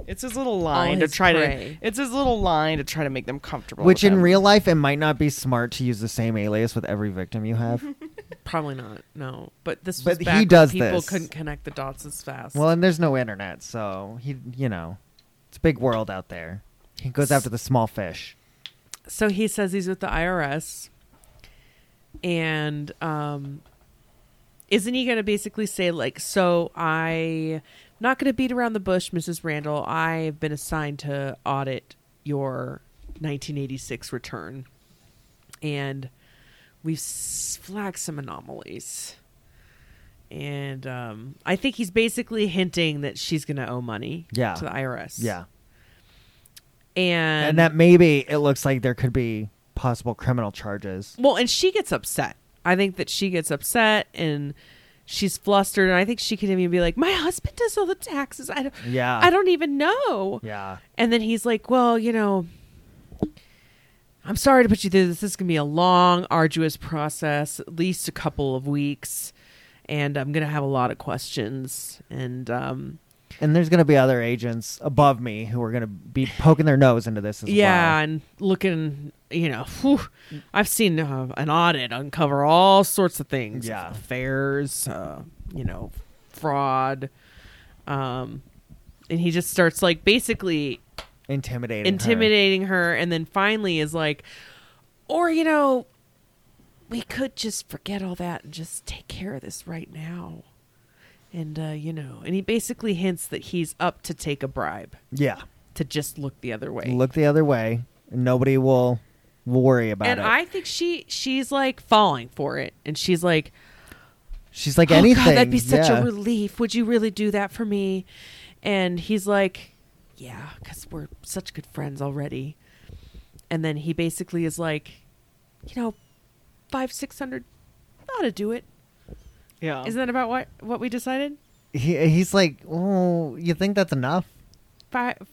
Speaker 2: it's his little line to
Speaker 1: his
Speaker 2: try
Speaker 1: prey.
Speaker 2: to. It's his little line to try to make them comfortable.
Speaker 3: Which
Speaker 2: with
Speaker 3: in
Speaker 2: him.
Speaker 3: real life, it might not be smart to use the same alias with every victim you have.
Speaker 1: Probably not. No, but this was
Speaker 3: But he
Speaker 1: back when
Speaker 3: does
Speaker 1: people
Speaker 3: this.
Speaker 1: couldn't connect the dots as fast.
Speaker 3: well, and there's no internet, so he, you know, it's a big world out there. He goes after the small fish.
Speaker 1: so he says he's with the IRS, and um, isn't he going to basically say like, "So I, not going to beat around the bush, Mrs. Randall. I've been assigned to audit your 1986 return, and we've s- flagged some anomalies." And um, I think he's basically hinting that she's going to owe money
Speaker 3: Yeah.
Speaker 1: to the IRS.
Speaker 3: Yeah,
Speaker 1: And,
Speaker 3: and that maybe it looks like there could be possible criminal charges.
Speaker 1: Well, and she gets upset. I think that she gets upset and she's flustered, and I think she can even be like, "My husband does all the taxes. I don't.
Speaker 3: Yeah.
Speaker 1: I don't even know."
Speaker 3: Yeah,
Speaker 1: And then he's like, "Well, you know, I'm sorry to put you through this. This is gonna be a long, arduous process, at least a couple of weeks, and I'm gonna have a lot of questions." And um,
Speaker 3: and there's gonna be other agents above me who are gonna be poking their nose into this as
Speaker 1: yeah,
Speaker 3: well.
Speaker 1: and looking, you know, whew, I've seen uh, an audit uncover all sorts of things.
Speaker 3: Yeah.
Speaker 1: affairs, uh, you know, fraud. Um, and he just starts like basically
Speaker 3: intimidating, her.
Speaker 1: intimidating her, and then finally is like, or you know, we could just forget all that and just take care of this right now. And uh, you know, and he basically hints that he's up to take a bribe
Speaker 3: Yeah,
Speaker 1: to just look the other way.
Speaker 3: look the other way. Nobody will will worry about
Speaker 1: and
Speaker 3: it.
Speaker 1: I think she she's like falling for it, and she's like,
Speaker 3: She's like
Speaker 1: "Oh
Speaker 3: anything.
Speaker 1: God, that'd be such
Speaker 3: yeah.
Speaker 1: a relief. Would you really do that for me?" And he's like, "Yeah, because we're such good friends already." And then he basically is like, "You know, five six hundred ought to do it."
Speaker 2: yeah,
Speaker 1: Isn't that about what what we decided?
Speaker 3: he, he's like, oh, you think that's enough?
Speaker 1: Five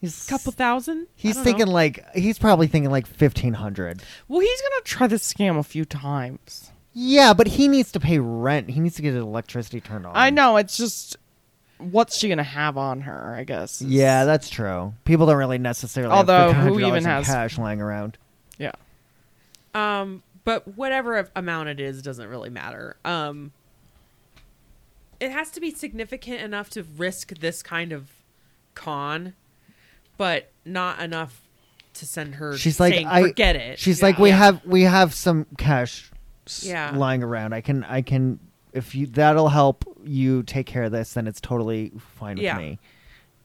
Speaker 3: He's
Speaker 1: couple thousand. I
Speaker 3: He's
Speaker 1: don't
Speaker 3: thinking
Speaker 1: know.
Speaker 3: like he's probably thinking like fifteen hundred.
Speaker 2: well, he's gonna try the scam a few times.
Speaker 3: Yeah, but he needs to pay rent. He needs to get his electricity turned on.
Speaker 2: I know it's just what's she gonna have on her? I guess. is-
Speaker 3: Yeah, that's true. People don't really necessarily. have
Speaker 2: Although, who
Speaker 3: $1,500
Speaker 2: even
Speaker 3: in
Speaker 2: has-
Speaker 3: cash lying around?
Speaker 2: yeah.
Speaker 1: Um, but whatever of- amount it is doesn't really matter. Um, it has to be significant enough to risk this kind of con, but not enough to send her.
Speaker 3: She's like,
Speaker 1: saying,
Speaker 3: I
Speaker 1: forget it.
Speaker 3: She's
Speaker 2: Yeah.
Speaker 3: like, we
Speaker 2: Yeah.
Speaker 3: have we have some cash, s-
Speaker 1: Yeah.
Speaker 3: lying around. I can I can if you that'll help you take care of this. Then it's totally fine with
Speaker 1: Yeah.
Speaker 3: me.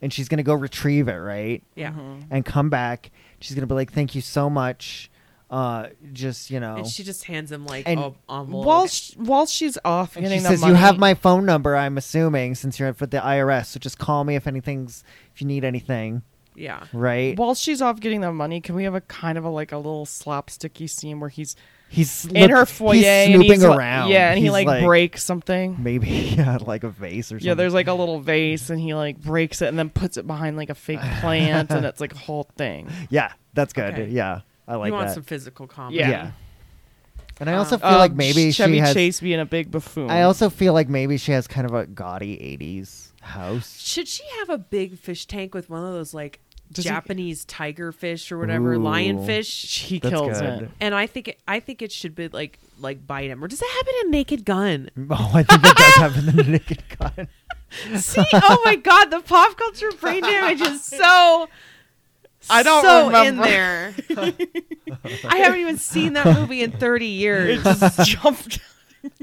Speaker 3: And she's gonna go retrieve it, right?
Speaker 1: yeah,
Speaker 2: Mm-hmm.
Speaker 3: And come back. She's gonna be like, thank you so much. Uh, just you know,
Speaker 1: and she just hands him like
Speaker 3: And
Speaker 1: a envelope.
Speaker 2: While sh- while she's off
Speaker 3: And
Speaker 2: getting
Speaker 3: she
Speaker 2: the
Speaker 3: says,
Speaker 2: money,
Speaker 3: "You have my phone number. I'm assuming since you're for the IRS, so just call me if anything's if you need anything,
Speaker 1: yeah,
Speaker 3: right?"
Speaker 2: while she's off getting the money, can we have a kind of a like a little slapsticky scene where he's
Speaker 3: he's
Speaker 2: in
Speaker 3: look-
Speaker 2: her foyer
Speaker 3: he's
Speaker 2: and
Speaker 3: snooping
Speaker 2: he's like-
Speaker 3: around.
Speaker 2: yeah, and he
Speaker 3: He's
Speaker 2: like, breaks something.
Speaker 3: maybe yeah, like a vase or something.
Speaker 2: Yeah, there's like a little vase and he like breaks it and then puts it behind like a fake plant and it's like a whole thing.
Speaker 3: yeah, that's good.
Speaker 1: Okay.
Speaker 3: Yeah, I like
Speaker 1: you want
Speaker 3: that.
Speaker 1: some physical comedy.
Speaker 2: Yeah.
Speaker 3: yeah. And I also
Speaker 1: Um,
Speaker 3: feel like maybe
Speaker 2: Chevy
Speaker 3: she has.
Speaker 2: Chase being a big buffoon.
Speaker 3: I also feel like maybe she has kind of a gaudy '80s house.
Speaker 1: Should she have a big fish tank with one of those like
Speaker 2: Does he-
Speaker 1: Japanese tiger fish or whatever,
Speaker 3: Ooh.
Speaker 1: lionfish.
Speaker 2: She
Speaker 3: That's
Speaker 2: kills
Speaker 3: good.
Speaker 2: it.
Speaker 1: And I think it, I think it should be like like bite him. Or does that happen in Naked Gun?
Speaker 3: Oh, I think that does happen in the Naked Gun.
Speaker 1: See, oh my God, the pop culture brain damage is so.
Speaker 2: I don't
Speaker 1: so in
Speaker 2: remember.
Speaker 1: there. I haven't even seen that movie in thirty
Speaker 2: It
Speaker 1: years.
Speaker 2: just jumped.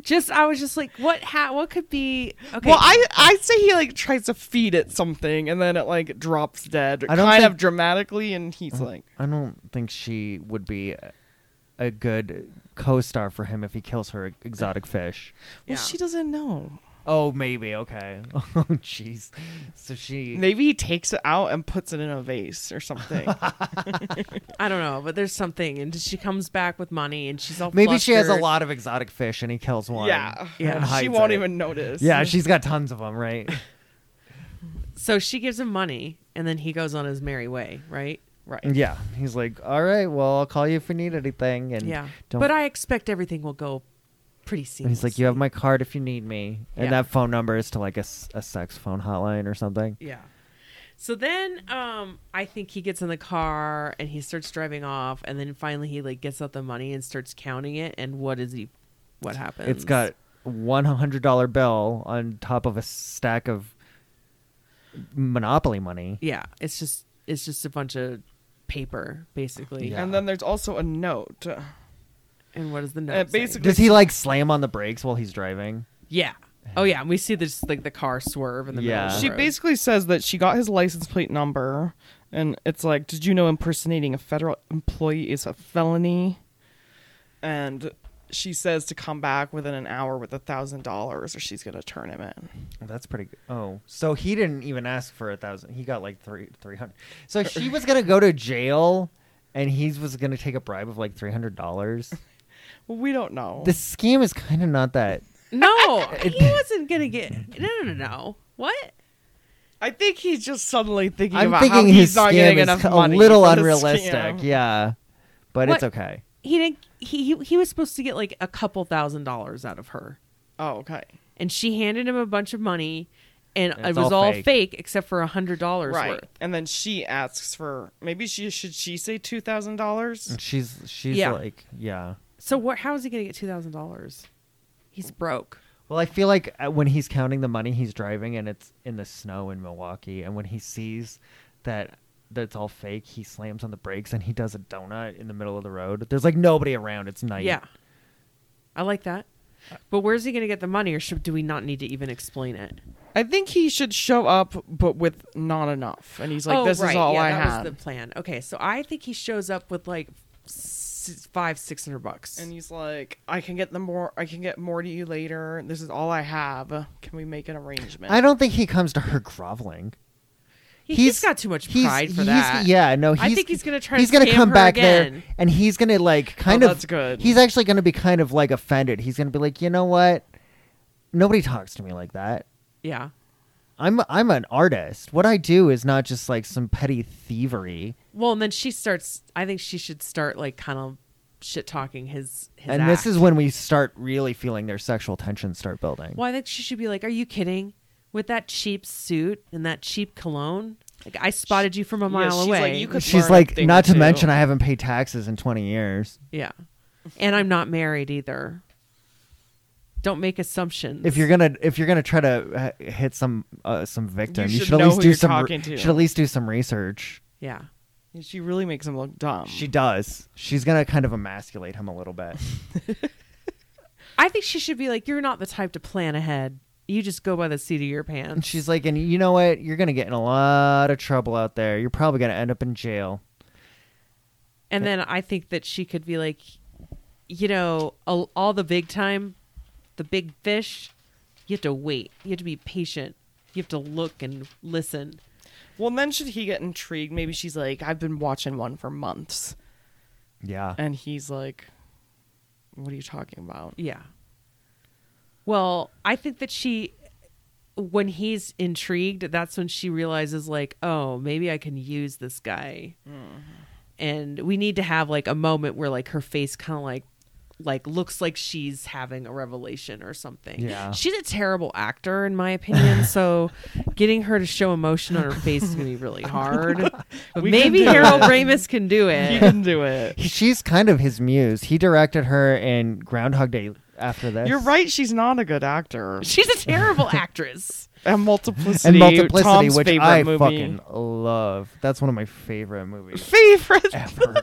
Speaker 1: Just I was just like, what? Ha- what could be? Okay.
Speaker 2: Well, I I say he like tries to feed it something and then it like drops dead,
Speaker 3: I
Speaker 2: kind
Speaker 3: don't
Speaker 2: of
Speaker 3: think- Uh-huh.
Speaker 2: dramatically, and he's like,
Speaker 3: I don't think she would be a- a good co-star for him if he kills her exotic fish.
Speaker 2: "Well,
Speaker 1: Yeah.
Speaker 2: she doesn't know."
Speaker 3: Oh, maybe. Okay. Oh, jeez. So she.
Speaker 2: Maybe he takes it out and puts it in a vase or something.
Speaker 1: I don't know, but there's something, and she comes back with money, and she's all.
Speaker 3: Maybe she has a
Speaker 1: flustered.
Speaker 3: lot of exotic fish and he kills one.
Speaker 2: yeah,
Speaker 1: Yeah.
Speaker 3: And
Speaker 2: She
Speaker 3: hides
Speaker 2: won't
Speaker 3: it.
Speaker 2: even notice.
Speaker 3: Yeah, she's got tons of them, right?
Speaker 1: So she gives him money, and then he goes on his merry way, right?
Speaker 2: right.
Speaker 3: yeah. He's like, all right, well, I'll call you if you need anything. And
Speaker 1: yeah.
Speaker 3: Don't...
Speaker 1: But I expect everything will go pretty soon.
Speaker 3: And he's like, you have my card if you need me. And
Speaker 1: Yeah.
Speaker 3: that phone number is to like a, s- a sex phone hotline or something.
Speaker 1: Yeah. So then um, I think he gets in the car and he starts driving off, and then finally he like gets out the money and starts counting it. And what is he? What happens?
Speaker 3: It's got one hundred dollar bill on top of a stack of Monopoly money.
Speaker 1: Yeah, it's just it's just a bunch of paper basically.
Speaker 3: Yeah.
Speaker 2: And then there's also a note.
Speaker 1: And what is the note?
Speaker 2: Uh,
Speaker 1: say?
Speaker 2: basically-
Speaker 3: Does he like slam on the brakes while he's driving?
Speaker 1: yeah. Oh yeah, and we see this like the car swerve in the middle.
Speaker 3: Yeah.
Speaker 1: Of the
Speaker 2: She
Speaker 1: road.
Speaker 2: basically says that she got his license plate number, and it's like, did you know impersonating a federal employee is a felony? And she says to come back within an hour with a thousand dollars, or she's gonna turn him in.
Speaker 3: Oh, that's pretty. Good. Oh, so he didn't even ask for a thousand. He got like three three hundred. So she was gonna go to jail, and he was gonna take a bribe of like three hundred dollars.
Speaker 2: Well, we don't know.
Speaker 3: The scheme is kind of not that.
Speaker 1: no, he wasn't gonna get no no no no what?
Speaker 2: I think he's just suddenly thinking
Speaker 3: I'm
Speaker 2: about
Speaker 3: thinking
Speaker 2: how
Speaker 3: his
Speaker 2: he's not
Speaker 3: scam
Speaker 2: getting
Speaker 3: is
Speaker 2: enough
Speaker 3: a
Speaker 2: money
Speaker 3: little
Speaker 2: for the
Speaker 3: unrealistic.
Speaker 2: scam.
Speaker 3: Yeah, but it's
Speaker 1: What-
Speaker 3: okay.
Speaker 1: He didn't. He he he was supposed to get like a couple thousand dollars out of her,
Speaker 2: Oh, okay.
Speaker 1: and she handed him a bunch of money, and
Speaker 3: It's
Speaker 1: it was
Speaker 3: all
Speaker 1: all
Speaker 3: fake.
Speaker 1: fake, except for a hundred dollars
Speaker 2: Right.
Speaker 1: worth.
Speaker 2: And then she asks for maybe she should she say two thousand dollars?
Speaker 3: And she's she's
Speaker 1: Yeah.
Speaker 3: like yeah.
Speaker 1: So what? How is he gonna get two thousand dollars? He's broke.
Speaker 3: Well, I feel like uh, when he's counting the money he's driving and it's in the snow in Milwaukee, and when he sees that that's all fake, he slams on the brakes and he does a donut in the middle of the road. There's like nobody around. It's night.
Speaker 1: Yeah, I like that. But where's he gonna get the money, or should, do we not need to even explain it?
Speaker 2: I think he should show up, but with not enough. And he's like,
Speaker 1: oh,
Speaker 2: "This
Speaker 1: right.
Speaker 2: is all
Speaker 1: yeah,
Speaker 2: I
Speaker 1: that
Speaker 2: had."
Speaker 1: was the plan. Okay, so I think he shows up with like s- five, six hundred bucks.
Speaker 2: and he's like, "I can get the more. I can get more to you later. This is all I have. Can we make an arrangement?"
Speaker 3: I don't think he comes to her groveling.
Speaker 1: He-
Speaker 3: He's-
Speaker 1: he's got too much
Speaker 3: he's-
Speaker 1: pride for
Speaker 3: he's-
Speaker 1: that.
Speaker 3: Yeah, no,
Speaker 1: I
Speaker 3: he's,
Speaker 1: think he's gonna try to
Speaker 3: He's gonna
Speaker 1: scam
Speaker 3: come
Speaker 1: her
Speaker 3: back there
Speaker 1: again.
Speaker 3: and he's gonna like kind
Speaker 2: Oh,
Speaker 3: of.
Speaker 2: that's good.
Speaker 3: He's actually gonna be kind of like offended. He's gonna be like, you know what? Nobody talks to me like that.
Speaker 1: Yeah.
Speaker 3: I'm I'm an artist. What I do is not just like some petty thievery.
Speaker 1: Well, and then she starts. I think she should start like kind of shit talking his. his
Speaker 3: and this
Speaker 1: act.
Speaker 3: is when we start really feeling their sexual tensions start building.
Speaker 1: Well, I think she should be like, "Are you kidding? With that cheap suit and that cheap cologne? Like I spotted you from a mile
Speaker 2: she's like,
Speaker 1: away.
Speaker 2: "You could- learn
Speaker 3: She's
Speaker 2: a
Speaker 3: like,
Speaker 2: thing
Speaker 3: not
Speaker 2: or
Speaker 3: to
Speaker 2: two."
Speaker 3: mention I haven't paid taxes in 20 years.
Speaker 1: yeah, and I'm not married either. Don't make assumptions.
Speaker 3: If you're gonna if you're gonna try to uh, hit some uh, some victim, you,
Speaker 2: should
Speaker 3: at
Speaker 2: know
Speaker 3: least
Speaker 2: who
Speaker 3: do
Speaker 2: you're
Speaker 3: some re-
Speaker 2: talking to.
Speaker 3: should at least do some research.
Speaker 1: yeah,
Speaker 2: she really makes him look dumb.
Speaker 3: She does. She's gonna kind of emasculate him a little bit.
Speaker 1: I think she should be like, "You're not the type to plan ahead. You just go by the seat of your
Speaker 3: And
Speaker 1: pants."
Speaker 3: she's like, and you know what? You're gonna get in a lot of trouble out there. You're probably gonna end up in jail.
Speaker 1: And then I think that she could be like, you know, all, all the big time, the big fish, you have to wait. You have to be patient. You have to look and listen.
Speaker 2: well, and then should he get intrigued? Maybe she's like, "I've been watching one for months,"
Speaker 3: Yeah.
Speaker 2: and he's like, "What are you talking about?"
Speaker 1: Yeah. Well, I think that she, when he's intrigued, that's when she realizes, like, oh, maybe I can use this
Speaker 3: Mm-hmm.
Speaker 1: guy. And we need to have like a moment where like her face kind of like like looks like she's having a revelation or something.
Speaker 3: Yeah.
Speaker 1: She's a terrible actor in my opinion, so getting her to show emotion on her face is gonna be
Speaker 3: Oh
Speaker 1: really hard. But
Speaker 2: We can
Speaker 1: maybe
Speaker 2: do
Speaker 1: Harold
Speaker 2: it.
Speaker 1: Ramis can do
Speaker 2: You
Speaker 1: it.
Speaker 2: can do it.
Speaker 3: He- She's kind of his muse. He directed her in Groundhog Day after this.
Speaker 2: You're right. She's not a good actor.
Speaker 1: She's a terrible actress.
Speaker 2: And multiplicity.
Speaker 3: And Multiplicity,
Speaker 2: Tom's
Speaker 3: which
Speaker 2: favorite
Speaker 3: I
Speaker 2: movie.
Speaker 3: fucking love. That's one of my favorite movies
Speaker 2: favorite.
Speaker 3: ever.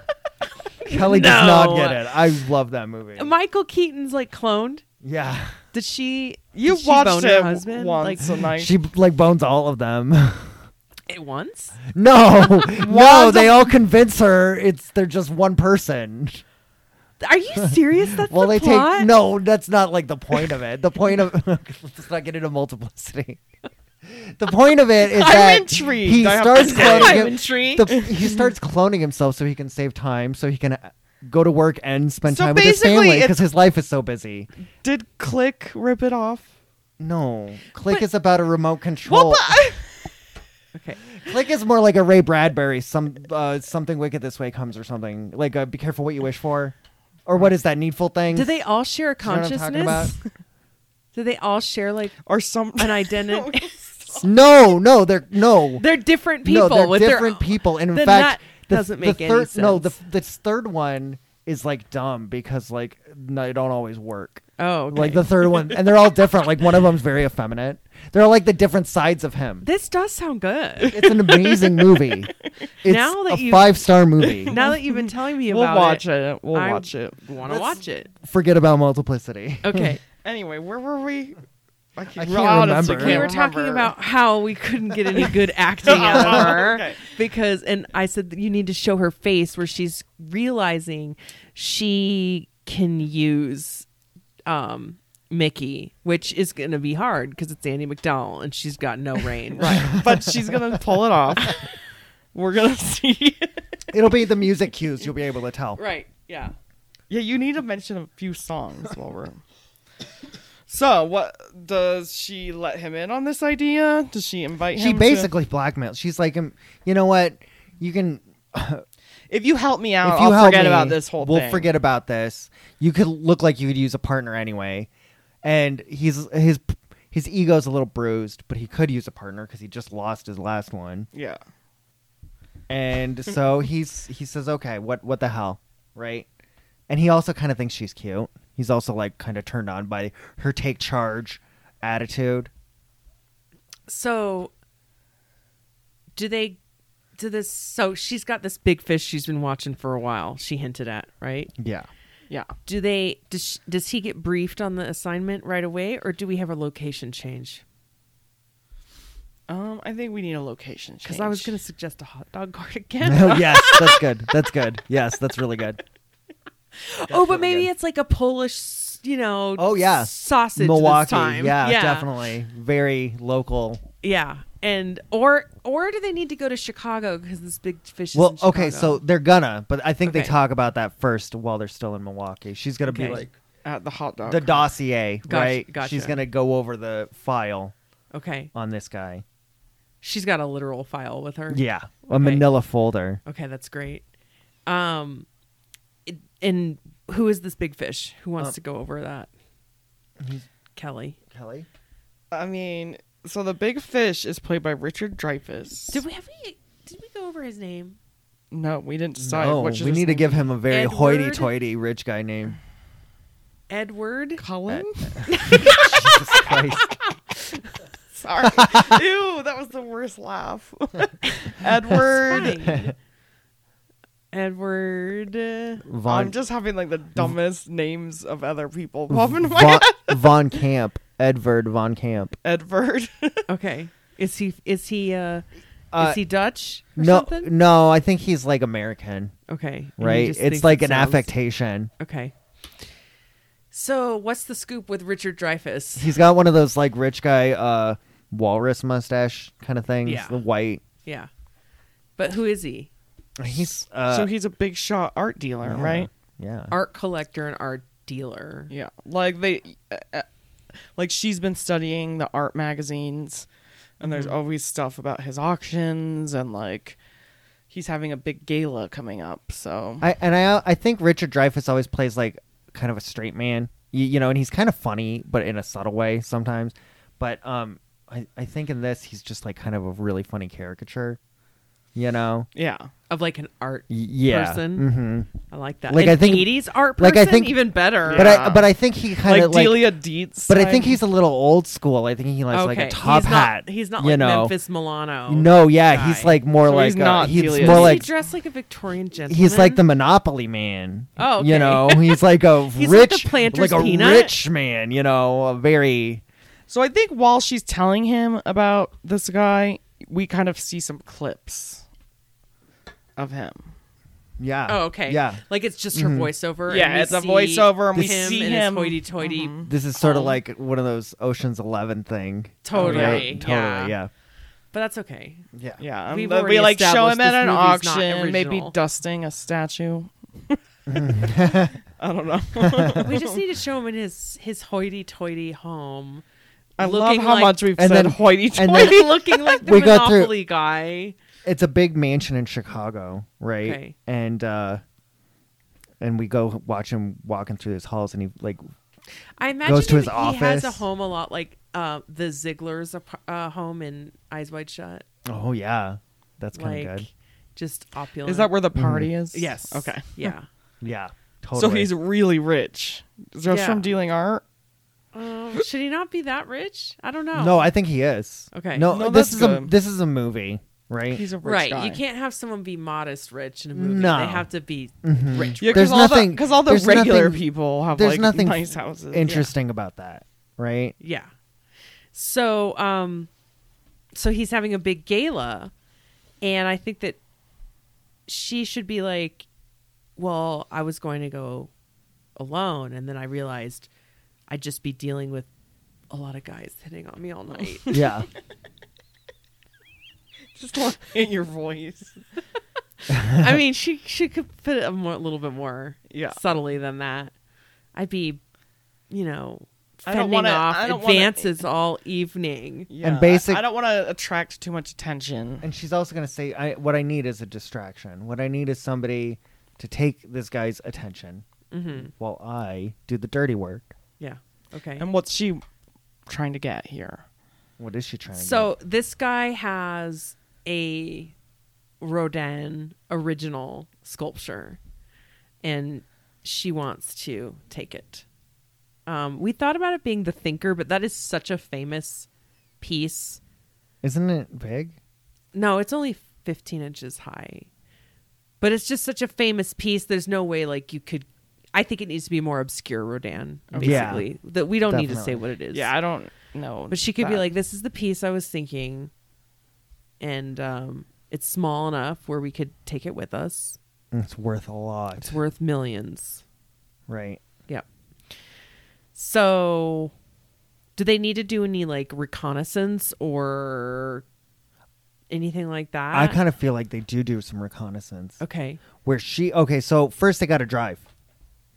Speaker 3: Kelly does not
Speaker 1: No.
Speaker 3: get it. I love that movie.
Speaker 1: Michael Keaton's like cloned.
Speaker 3: yeah.
Speaker 1: Did she?
Speaker 2: You
Speaker 1: did she bone
Speaker 2: watched
Speaker 1: her
Speaker 2: it
Speaker 1: husband?
Speaker 2: once,
Speaker 1: Like,
Speaker 2: and I
Speaker 3: She like bones all of them.
Speaker 1: it once.
Speaker 3: no. no, they all convince her it's they're just one person.
Speaker 1: Are you serious? That's
Speaker 3: Well,
Speaker 1: the
Speaker 3: they
Speaker 1: plot?
Speaker 3: take no. That's not like the point of it. The point of let's not get into multiplicity. The point of it is
Speaker 2: I'm
Speaker 3: that
Speaker 2: intrigued,
Speaker 3: he
Speaker 2: I have
Speaker 3: starts
Speaker 2: to say.
Speaker 3: cloning.
Speaker 1: I'm
Speaker 3: him-
Speaker 1: intrigued.
Speaker 3: the, he starts cloning himself so he can save time, so he can uh, go to work and spend
Speaker 2: So
Speaker 3: time with his
Speaker 2: basically
Speaker 3: family
Speaker 2: it's-
Speaker 3: because his life is so busy.
Speaker 2: did Click rip it off.
Speaker 3: No, Click is about a remote control.
Speaker 2: Well, but
Speaker 1: okay.
Speaker 3: Click is more like a Ray Bradbury. Some uh, something wicked this way comes or something like uh, be careful what you wish for, or what is that needful thing?
Speaker 1: Do they all share a
Speaker 3: You know what I'm
Speaker 1: consciousness?
Speaker 3: talking
Speaker 1: Do they all share like
Speaker 2: or some
Speaker 1: an identity?
Speaker 3: No, no, they're no.
Speaker 1: they're different people.
Speaker 3: No, they're
Speaker 1: with
Speaker 3: different
Speaker 1: their,
Speaker 3: people. And in
Speaker 1: Then
Speaker 3: fact,
Speaker 1: that
Speaker 3: the,
Speaker 1: doesn't
Speaker 3: the
Speaker 1: make any
Speaker 3: third, No, the
Speaker 1: sense.
Speaker 3: this third one is like dumb because like no, they don't always work.
Speaker 1: Oh, okay.
Speaker 3: Like the third one, and they're all different. Like one of them's very effeminate. They're all like the different sides of him.
Speaker 1: this does sound good.
Speaker 3: It's an amazing movie. It's
Speaker 1: Now that
Speaker 3: a
Speaker 1: you-
Speaker 3: five star movie.
Speaker 1: now that you've been telling me
Speaker 2: we'll
Speaker 1: about
Speaker 2: watch it. We'll
Speaker 1: I-
Speaker 2: watch it.
Speaker 1: want to
Speaker 2: Let's-
Speaker 1: watch it.
Speaker 3: Forget about multiplicity.
Speaker 1: Okay.
Speaker 2: Anyway, where were we? I can't,
Speaker 3: can't
Speaker 2: honestly
Speaker 3: remember.
Speaker 1: we
Speaker 2: can't
Speaker 1: were talking
Speaker 2: remember.
Speaker 1: about how we couldn't get any good acting out of her because and i said that you need to show her face where she's realizing she can use um mickey which is going to be hard because it's andy mcdowell and she's got no range
Speaker 2: Right. But she's gonna pull it off. We're gonna see.
Speaker 3: It'll be the music cues. You'll be able to tell.
Speaker 1: right yeah
Speaker 2: yeah, you need to mention a few songs while we're. So, what does she let him in on this idea? Does she invite him?
Speaker 3: She
Speaker 2: to-
Speaker 3: basically blackmails. She's like, um, you know what? You can
Speaker 2: if you help me out,
Speaker 3: if you
Speaker 2: I'll
Speaker 3: help
Speaker 2: forget
Speaker 3: me,
Speaker 2: about this whole
Speaker 3: we'll
Speaker 2: thing.
Speaker 3: forget about this. You could look like you could use a partner anyway, and he's his his ego's a little bruised, but he could use a partner because he just lost his last one,
Speaker 2: Yeah.
Speaker 3: and so he's he says, okay, what what the hell, right? And he also kind of thinks she's cute. He's also like kind of turned on by her take charge attitude.
Speaker 1: so do they do this so she's got this big fish she's been watching for a while she hinted at right
Speaker 3: Yeah.
Speaker 2: Yeah.
Speaker 1: do they does, sh- does he get briefed on the assignment right away or do we have a location change
Speaker 2: Um, I think we need a location change.
Speaker 1: because i was going to suggest a hot dog cart again
Speaker 3: Oh, yes, that's good. That's good. Yes, that's really good.
Speaker 1: oh but maybe
Speaker 3: good.
Speaker 1: it's like a polish you know
Speaker 3: Oh yeah,
Speaker 1: sausage
Speaker 3: Milwaukee.
Speaker 1: this time.
Speaker 3: Yeah, definitely very local.
Speaker 1: yeah and or or do they need to go to chicago because this big fish is
Speaker 3: Well,
Speaker 1: in
Speaker 3: okay,
Speaker 1: Chicago?
Speaker 3: so they're gonna, but I think they
Speaker 1: Okay.
Speaker 3: talk about that first while they're still in Milwaukee. She's gonna be
Speaker 1: Okay.
Speaker 3: like
Speaker 2: at the hot dog.
Speaker 3: the
Speaker 2: cart.
Speaker 3: dossier,
Speaker 1: Gotcha,
Speaker 3: right?
Speaker 1: gotcha.
Speaker 3: She's gonna go over the file
Speaker 1: okay
Speaker 3: on this guy.
Speaker 1: she's got a literal file with her
Speaker 3: Yeah, a
Speaker 1: Okay.
Speaker 3: Manila folder.
Speaker 1: Okay, that's great. Um, it, and who is this big fish? Who
Speaker 3: Uh,
Speaker 1: wants to go over that? Kelly.
Speaker 3: Kelly,
Speaker 2: I mean, so the big fish is played by Richard Dreyfuss.
Speaker 1: Did we have we did we go over his name?
Speaker 2: No, we didn't decide.
Speaker 3: no,
Speaker 2: which is
Speaker 3: Oh, we
Speaker 2: his
Speaker 3: need to
Speaker 2: name.
Speaker 3: give him a very
Speaker 1: Edward?
Speaker 3: hoity-toity rich guy name.
Speaker 1: Edward.
Speaker 2: Colin.
Speaker 3: Jesus Christ.
Speaker 2: Sorry. Ew, that was the worst laugh. Edward.
Speaker 1: Fine. Edward. uh,
Speaker 3: Von
Speaker 2: I'm just having like the dumbest names of other people. Pop in my
Speaker 3: Von, Von Camp, Edward Von Camp.
Speaker 2: Edward.
Speaker 1: Okay. Is he is he uh,
Speaker 3: Uh,
Speaker 1: is he Dutch or
Speaker 3: No,
Speaker 1: something?
Speaker 3: no, I think he's like American,
Speaker 1: Okay. And he
Speaker 3: right?
Speaker 1: just
Speaker 3: It's
Speaker 1: thinks
Speaker 3: like
Speaker 1: it
Speaker 3: an
Speaker 1: sounds-
Speaker 3: affectation.
Speaker 1: Okay. So what's the scoop with Richard Dreyfus?
Speaker 3: He's got one of those like rich guy uh walrus mustache kind of things.
Speaker 1: Yeah.
Speaker 3: The white.
Speaker 1: Yeah. But who is he?
Speaker 3: He's uh,
Speaker 2: so he's a big shot art dealer,
Speaker 3: yeah,
Speaker 2: right?
Speaker 3: Yeah.
Speaker 1: Art collector and art dealer.
Speaker 2: Yeah. Like they uh, uh, like she's been studying the art magazines and
Speaker 3: Mm-hmm.
Speaker 2: there's always stuff about his auctions and like he's having a big gala coming up. So
Speaker 3: I and I I think Richard Dreyfuss always plays like kind of a straight man, you, you know, and he's kind of funny, but in a subtle way sometimes. But um, I, I think in this he's just like kind of a really funny caricature, you know.
Speaker 2: Yeah.
Speaker 1: of like an art
Speaker 3: Y- yeah.
Speaker 1: person.
Speaker 3: hmm
Speaker 1: I like that.
Speaker 3: Like,
Speaker 1: Like
Speaker 3: I think-
Speaker 1: 80s art person,
Speaker 3: like, I think-
Speaker 1: even better.
Speaker 3: But I
Speaker 2: Yeah.
Speaker 3: but I think he kind
Speaker 2: Like,
Speaker 3: of like.
Speaker 2: Delia Dietz.
Speaker 3: but I
Speaker 2: type.
Speaker 3: think he's a little old school. I think he likes like a top
Speaker 1: he's
Speaker 3: hat.
Speaker 1: Not, he's not
Speaker 3: you
Speaker 1: like
Speaker 3: know?
Speaker 1: Memphis Milano.
Speaker 3: No, yeah, he's
Speaker 1: Oh guy.
Speaker 3: like more
Speaker 2: So
Speaker 3: like
Speaker 2: he's
Speaker 3: a-
Speaker 2: not
Speaker 3: he's
Speaker 2: Delia
Speaker 3: more
Speaker 1: Does
Speaker 3: like
Speaker 1: he dress like a Victorian gentleman?
Speaker 3: he's like the Monopoly man.
Speaker 1: Oh,
Speaker 3: you
Speaker 1: okay.
Speaker 3: know, he's like a
Speaker 1: He's like the
Speaker 3: rich,
Speaker 1: Planters
Speaker 3: a
Speaker 1: Peanut.
Speaker 3: rich man. You know, a very
Speaker 2: So I think while she's telling him about this guy, we kind of see some clips of him.
Speaker 3: yeah.
Speaker 1: Oh, okay.
Speaker 3: Yeah, Mm-hmm.
Speaker 1: Like it's just her voiceover.
Speaker 2: Yeah,
Speaker 1: and we
Speaker 2: it's a
Speaker 1: see
Speaker 2: voiceover, and we
Speaker 1: him
Speaker 2: see
Speaker 1: in
Speaker 2: him. Mm-hmm.
Speaker 1: His hoity-toity.
Speaker 3: this is sort of like one of those Ocean's Eleven thing.
Speaker 1: Totally,
Speaker 3: Right? Totally.
Speaker 1: yeah.
Speaker 3: Yeah.
Speaker 1: But that's okay.
Speaker 3: Yeah.
Speaker 2: Yeah,
Speaker 1: We've
Speaker 2: and then we
Speaker 1: already
Speaker 2: like show
Speaker 1: established
Speaker 2: him at
Speaker 1: this
Speaker 2: an
Speaker 1: movie's not
Speaker 2: auction, maybe
Speaker 1: original.
Speaker 2: dusting a statue. I don't know.
Speaker 1: we just need to show him in his his hoity-toity home.
Speaker 2: I love
Speaker 1: looking
Speaker 2: how
Speaker 1: like-
Speaker 2: much we've
Speaker 3: And
Speaker 2: said
Speaker 3: then-
Speaker 2: hoity-toity.
Speaker 3: and
Speaker 1: like, looking like the
Speaker 3: We go through-
Speaker 1: Monopoly guy.
Speaker 3: It's a big mansion in Chicago, right?
Speaker 1: Okay.
Speaker 3: And uh and we go watch him walking through his halls, and he like
Speaker 1: I imagine
Speaker 3: to his
Speaker 1: he, he
Speaker 3: office.
Speaker 1: has a home a lot like uh, the Ziegler's ap- uh, home in Eyes Wide Shut.
Speaker 3: oh yeah, that's kind
Speaker 1: Like,
Speaker 3: of good.
Speaker 1: just opulent.
Speaker 2: Is that where the party is?
Speaker 1: Yes.
Speaker 2: Okay.
Speaker 1: Yeah.
Speaker 3: Yeah. Totally.
Speaker 2: Mm. So he's really rich. Just
Speaker 1: Yeah.
Speaker 2: from dealing art.
Speaker 1: Um, should he not be that rich? I don't know.
Speaker 3: No, I think he is.
Speaker 1: Oh. Okay.
Speaker 3: No,
Speaker 2: No,
Speaker 3: this
Speaker 2: that's
Speaker 3: is a
Speaker 2: good.
Speaker 3: this is a movie, right?
Speaker 2: He's a rich
Speaker 1: right.
Speaker 2: guy.
Speaker 1: You can't have someone be modest rich in a movie.
Speaker 3: No.
Speaker 1: They have to be rich.
Speaker 2: Yeah,
Speaker 3: There's
Speaker 2: because all
Speaker 3: nothing-
Speaker 2: the because all the
Speaker 3: there's
Speaker 2: regular
Speaker 3: nothing-
Speaker 2: people have
Speaker 3: there's
Speaker 2: like
Speaker 3: nothing
Speaker 2: nice houses.
Speaker 3: Interesting about that, right?
Speaker 1: Yeah. So, um, so he's having a big gala, and I think that she should be like, "Well, I was going to go alone, and then I realized I'd just be dealing with a lot of guys hitting on me all night."
Speaker 3: Yeah.
Speaker 2: Just look in your voice.
Speaker 1: I mean, she she could put it a more, little bit more
Speaker 2: Yeah.
Speaker 1: subtly than that. I'd be, you know,
Speaker 2: I don't
Speaker 1: fending
Speaker 2: wanna- I
Speaker 1: off
Speaker 2: don't wanna-
Speaker 1: advances all evening.
Speaker 2: Yeah, I-
Speaker 3: basic-
Speaker 2: I, don't want to attract too much attention.
Speaker 3: and she's also going to say, I, "What I need is a distraction. What I need is somebody to take this guy's attention
Speaker 1: Mm-hmm.
Speaker 3: while I do the dirty work."
Speaker 1: Yeah. Okay.
Speaker 2: And what's she trying to get here?
Speaker 3: What is she trying to
Speaker 1: So this guy has a Rodin original sculpture, and she wants to take it. Um, we thought about it being the Thinker, but that is such a famous piece.
Speaker 3: do? Isn't it big?
Speaker 1: No, it's only 15 inches high, but it's just such a famous piece. There's no way like you could. I think it needs to be more obscure Rodin,
Speaker 3: Yeah.
Speaker 1: basically. That we don't need to
Speaker 3: Definitely.
Speaker 1: say what it is.
Speaker 2: Yeah, I don't know.
Speaker 1: But she could be
Speaker 2: that.
Speaker 1: like, "This is the piece I was thinking, and um, it's small enough where we could take it with us.
Speaker 3: It's worth a lot,
Speaker 1: It's worth millions.
Speaker 3: right?
Speaker 1: Yep. So, do they need to do any like reconnaissance or anything like that?
Speaker 3: I kind of feel like they do do some reconnaissance
Speaker 1: okay.
Speaker 3: where she. Okay, so first they got to drive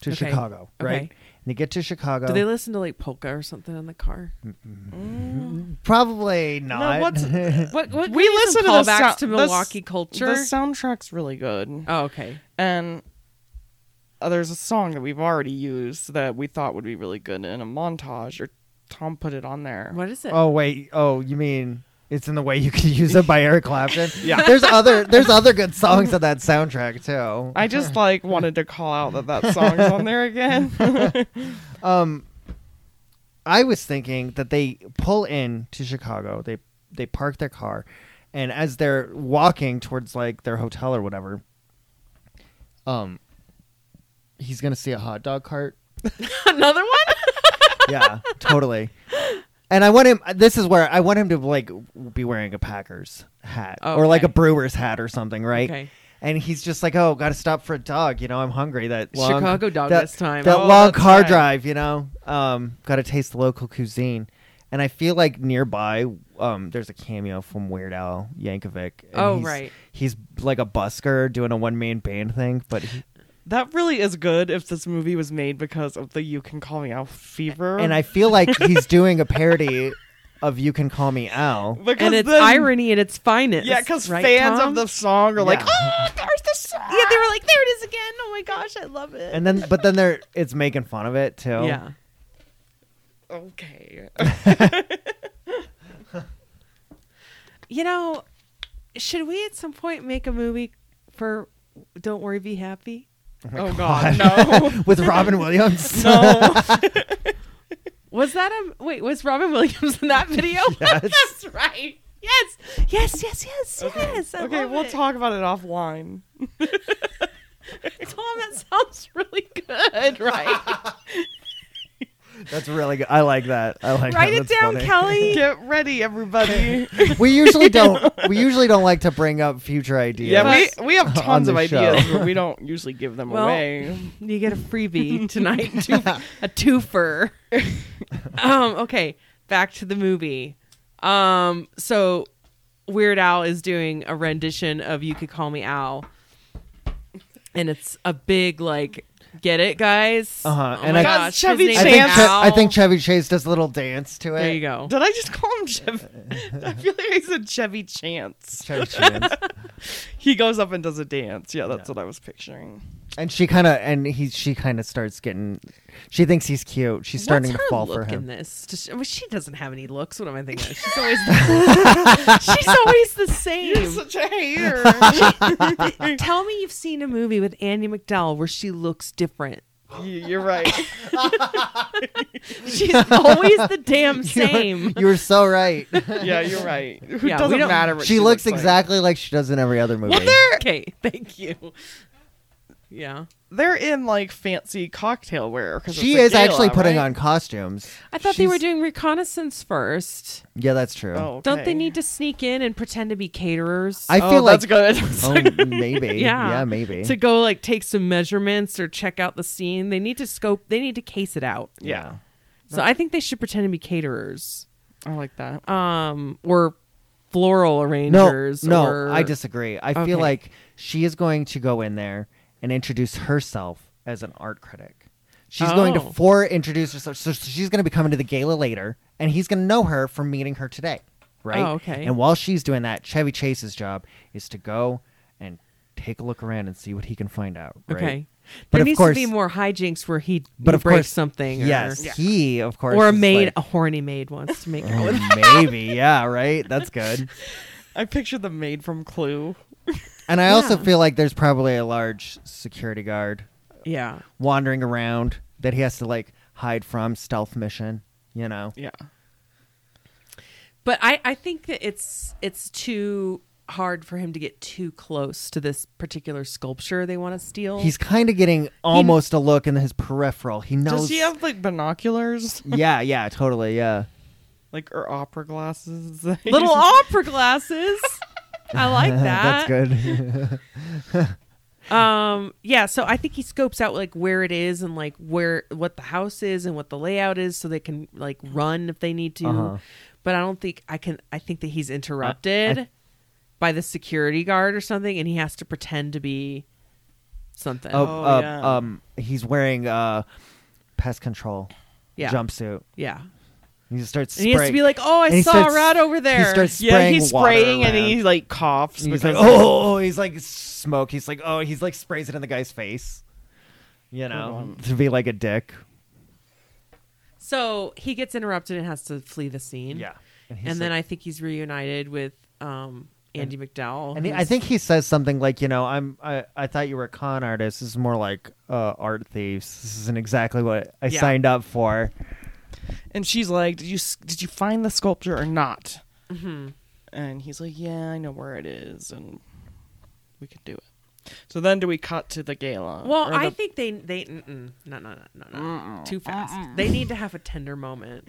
Speaker 3: to
Speaker 1: Okay.
Speaker 3: Chicago, right?
Speaker 1: Okay.
Speaker 3: And they get to Chicago.
Speaker 1: Do they listen to like polka or something in the car?
Speaker 3: Hmm. Probably not.
Speaker 2: what's-
Speaker 1: What? what
Speaker 2: we listen to the
Speaker 1: callbacks
Speaker 2: sou-
Speaker 1: to
Speaker 2: the s-
Speaker 1: Milwaukee culture.
Speaker 2: The soundtrack's really good,
Speaker 1: oh, okay.
Speaker 2: and uh, there's a song that we've already used that we thought would be really good in a montage, or Tom put it on there.
Speaker 1: What is it?
Speaker 3: Oh wait. Oh, you mean it's in the way you could use it by Eric Clapton? yeah. There's other there's other good songs on that soundtrack too.
Speaker 2: I just like wanted to call out that that song's on there again.
Speaker 3: Um, I was thinking that they pull in to Chicago. They they park their car, and as they're walking towards like their hotel or whatever, um, he's gonna see a hot dog cart.
Speaker 1: Another one?
Speaker 3: yeah, totally. And I want him. This is where I want him to like be wearing a Packers hat or like
Speaker 1: Oh,
Speaker 3: a
Speaker 1: Okay.
Speaker 3: Brewers hat or something, right?
Speaker 1: Okay.
Speaker 3: And he's just like, "Oh, got to stop for a dog. You know, I'm hungry. That long,
Speaker 1: Chicago dog
Speaker 3: that,
Speaker 1: this time.
Speaker 3: That
Speaker 1: Oh,
Speaker 3: long
Speaker 1: that's
Speaker 3: car
Speaker 1: right.
Speaker 3: drive. You know, um, got to taste the local cuisine." And I feel like nearby, um, there's a cameo from Weird Al Yankovic. and
Speaker 1: Oh,
Speaker 3: he's-
Speaker 1: right.
Speaker 3: He's like a busker doing a one man band thing, but he,
Speaker 2: that really is good if this movie was made because of the "You Can Call Me Out" fever.
Speaker 3: and I feel like he's doing a parody of "You Can Call Me Al."
Speaker 2: because
Speaker 1: and it's
Speaker 2: the-
Speaker 1: irony at its finest.
Speaker 2: Yeah, because
Speaker 1: right,
Speaker 2: fans
Speaker 1: Tom?
Speaker 2: of the song are like,
Speaker 3: Yeah.
Speaker 2: "Oh, there's the song."
Speaker 1: yeah, they were like, there it is again. Oh my gosh, I love it.
Speaker 3: and then but then they're it's making fun of it too.
Speaker 1: yeah,
Speaker 2: "Oh, Okay.
Speaker 1: you know, should we at some point make a movie for "Don't Worry, Be Happy"?
Speaker 2: oh God, no,
Speaker 3: With Robin Williams.
Speaker 2: no.
Speaker 1: Was that a wait? Was Robin Williams in that video? That's right. Yes, yes, yes, yes, yes. I
Speaker 2: Okay,
Speaker 1: love
Speaker 2: we'll
Speaker 1: it.
Speaker 2: talk about it offline.
Speaker 1: Tom, that sounds really good, right?
Speaker 3: That's really good. I like that. I like
Speaker 1: Write
Speaker 3: that.
Speaker 1: it
Speaker 3: That's
Speaker 1: down,
Speaker 3: funny.
Speaker 1: Kelly.
Speaker 2: Get ready, everybody.
Speaker 3: We usually don't we usually don't like to bring up future ideas.
Speaker 2: yeah,
Speaker 1: Yes.
Speaker 2: we, we have tons
Speaker 3: the
Speaker 2: of
Speaker 3: show.
Speaker 2: ideas, but we don't usually give them
Speaker 1: Well,
Speaker 2: away.
Speaker 1: You get a freebie tonight, two, a twofer. um, okay, back to the movie. Um, so Weird Al is doing a rendition of "You Could Call Me Al," and it's a big like, get it, guys?
Speaker 3: Uh-huh,
Speaker 1: Oh
Speaker 3: and
Speaker 1: my
Speaker 3: I-
Speaker 1: gosh,
Speaker 2: Chevy
Speaker 1: his
Speaker 3: I
Speaker 1: name
Speaker 3: think,
Speaker 1: is
Speaker 2: Chance.
Speaker 3: Che-
Speaker 1: Al.
Speaker 3: I think Chevy Chase does a little dance to it.
Speaker 1: there you go.
Speaker 2: Did I just call him Chevy? I feel like I said Chevy Chance.
Speaker 3: Chevy Chase.
Speaker 2: He goes up and does a dance. Yeah, that's what I was picturing.
Speaker 3: and she kind of and he she kind of starts getting she thinks he's cute. She's starting
Speaker 1: What's
Speaker 3: to
Speaker 1: her
Speaker 3: fall
Speaker 1: look
Speaker 3: for
Speaker 1: In
Speaker 3: him.
Speaker 1: this, Does she, well, she doesn't have any looks. What am I thinking? She's always, she's always the
Speaker 2: You're
Speaker 1: same.
Speaker 2: such a hater.
Speaker 1: Tell me you've seen a movie with Andy McDowell where she looks different.
Speaker 2: You- You're right.
Speaker 1: She's always the damn same.
Speaker 3: You were so right.
Speaker 2: Yeah, you're right. Who
Speaker 1: Yeah, we
Speaker 2: doesn't
Speaker 1: don't-
Speaker 2: matter what
Speaker 3: she,
Speaker 2: she
Speaker 3: looks,
Speaker 2: like.
Speaker 3: exactly like. she does in every other movie.
Speaker 1: Okay, thank you. Yeah,
Speaker 2: They're in like fancy cocktail wear. 'cause
Speaker 3: she
Speaker 2: it's a
Speaker 3: is
Speaker 2: gala,
Speaker 3: actually putting
Speaker 2: right?
Speaker 3: on costumes.
Speaker 1: I thought they were
Speaker 3: She's-
Speaker 1: doing reconnaissance first.
Speaker 3: Yeah, that's true.
Speaker 2: Oh,
Speaker 1: Don't they
Speaker 2: okay.
Speaker 1: need to sneak in and pretend to be caterers?
Speaker 3: I
Speaker 2: Oh,
Speaker 3: feel like
Speaker 2: that's good.
Speaker 3: Oh, maybe.
Speaker 1: Yeah.
Speaker 3: Yeah. maybe.
Speaker 1: to go like take some measurements or check out the scene. They need to scope. They need to case it out.
Speaker 2: yeah,
Speaker 1: So I think they should pretend to be caterers.
Speaker 2: I like that.
Speaker 1: um or floral
Speaker 3: no,
Speaker 1: arrangers
Speaker 3: no,
Speaker 1: or-
Speaker 3: I disagree. I
Speaker 1: Okay.
Speaker 3: feel like she is going to go in there and introduce herself as an art critic. She's going to
Speaker 1: Oh.
Speaker 3: for introduce herself. So she's going to be coming to the gala later, and he's going to know her from meeting her today, right?
Speaker 1: Oh, okay.
Speaker 3: And while she's doing that, Chevy Chase's job is to go and take a look around and see what he can find out. Right?
Speaker 1: okay
Speaker 3: But
Speaker 1: there
Speaker 3: of
Speaker 1: needs
Speaker 3: course-
Speaker 1: to be more hijinks where he
Speaker 3: But of
Speaker 1: breaks
Speaker 3: course,
Speaker 1: something or,
Speaker 3: Yes, he of course
Speaker 1: or a
Speaker 3: is
Speaker 1: maid
Speaker 3: like-
Speaker 1: a horny maid wants to make out with
Speaker 3: Oh, maybe, yeah, right. That's good.
Speaker 2: I picture the maid from Clue.
Speaker 3: And I also
Speaker 1: Yeah.
Speaker 3: feel like there's probably a large security guard
Speaker 1: yeah
Speaker 3: wandering around that he has to like hide from stealth mission, you know.
Speaker 2: Yeah,
Speaker 1: but i i think that it's it's too hard for him to get too close to this particular sculpture they want to steal
Speaker 3: He's kind of getting almost a look in his peripheral. He knows
Speaker 2: does he have like binoculars,
Speaker 3: Yeah, yeah, totally, yeah.
Speaker 2: like or opera glasses?
Speaker 1: little opera glasses i like that
Speaker 3: That's good.
Speaker 1: um yeah so i think he scopes out like where it is and like where what the house is and what the layout is so they can like run if they need to
Speaker 3: Uh-huh.
Speaker 1: but i don't think i can i think that he's interrupted by the security guard or something and he has to pretend to be something
Speaker 3: oh,
Speaker 2: Oh,
Speaker 3: uh,
Speaker 2: yeah.
Speaker 3: um he's wearing uh pest control
Speaker 1: yeah
Speaker 3: jumpsuit.
Speaker 1: yeah
Speaker 3: He just starts
Speaker 1: and he has to
Speaker 3: spraying-
Speaker 1: be like oh i
Speaker 3: and he
Speaker 1: saw
Speaker 3: starts-
Speaker 1: rod over there
Speaker 3: He starts
Speaker 2: Yeah,
Speaker 3: spraying
Speaker 2: he's
Speaker 3: water
Speaker 2: spraying and
Speaker 3: around.
Speaker 2: he like coughs.
Speaker 3: And he's like,
Speaker 2: because-
Speaker 3: oh, he's like smoke. He's like, oh, he's like sprays it in the guy's face. You know,
Speaker 2: one.
Speaker 3: to be like a dick.
Speaker 1: so he gets interrupted and has to flee the scene
Speaker 3: And,
Speaker 1: and then i think he's reunited with um andy mcdowell
Speaker 3: and he- I
Speaker 1: who's-
Speaker 3: think he says something like, you know, I'm, I, I thought you were a con artist. This is more like uh, art thieves. This isn't exactly what I
Speaker 1: Yeah.
Speaker 3: signed up for.
Speaker 1: "Oh."
Speaker 2: and she's like, "Did you s- did you find the sculpture or not?"
Speaker 1: Mm-hmm.
Speaker 2: And he's like, "Yeah, I know where it is, and we can do it." So then, do we cut to the gala?
Speaker 1: Well,
Speaker 2: Or
Speaker 1: I
Speaker 2: the-
Speaker 1: think they they mm-mm, no no no no no too fast. They need to have a tender moment.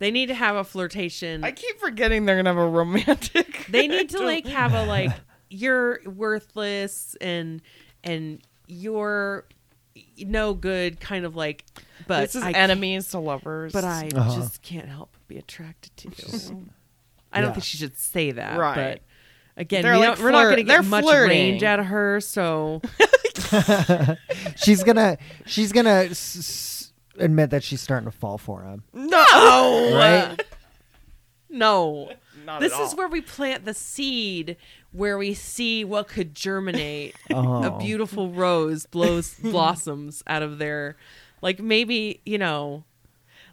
Speaker 1: They need to have a flirtation.
Speaker 2: I keep forgetting they're gonna have a romantic.
Speaker 1: They need to like have a like you're worthless and and you're no good kind of like. But
Speaker 2: this is
Speaker 1: I
Speaker 2: enemies to lovers.
Speaker 1: But I
Speaker 3: Uh-huh.
Speaker 1: just can't help but be attracted to you. I don't
Speaker 3: Yeah.
Speaker 1: think she should say that.
Speaker 2: Right.
Speaker 1: But again,
Speaker 2: They're,
Speaker 1: we
Speaker 2: like,
Speaker 1: don't- we're not going to
Speaker 2: flirt- they're
Speaker 1: get much
Speaker 2: flirting.
Speaker 1: range out of her. So
Speaker 3: She's gonna, she's gonna s- s- admit that she's starting to fall for him,
Speaker 2: no.
Speaker 3: right?
Speaker 1: no,
Speaker 2: Not
Speaker 1: This
Speaker 2: at all.
Speaker 1: is where we plant the seed, where we see what could germinate.
Speaker 3: Oh.
Speaker 1: A beautiful rose blows blossoms out of their, like maybe you know.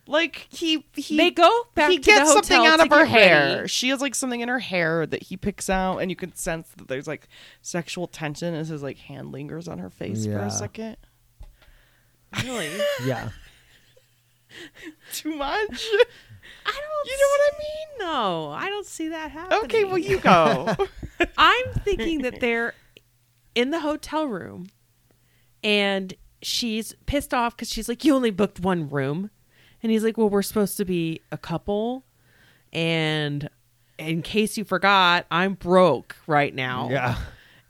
Speaker 2: like he he
Speaker 1: They go back
Speaker 2: he
Speaker 1: to the
Speaker 2: gets
Speaker 1: hotel
Speaker 2: something out
Speaker 1: to
Speaker 2: of her
Speaker 1: get
Speaker 2: hair.
Speaker 1: ready.
Speaker 2: She has like something in her hair that he picks out, and you can sense that there's like sexual tension as his like hand lingers on her face for
Speaker 3: Yeah.
Speaker 2: a second.
Speaker 1: Really,
Speaker 3: yeah.
Speaker 2: Too much.
Speaker 1: I don't.
Speaker 2: You know what
Speaker 1: I mean? No, I don't see that happening.
Speaker 2: okay, well you go.
Speaker 1: I'm thinking that they're in the hotel room and she's pissed off because she's like, You only booked one room. And he's like, Well, we're supposed to be a couple. And in case you forgot, I'm broke right now.
Speaker 3: Yeah.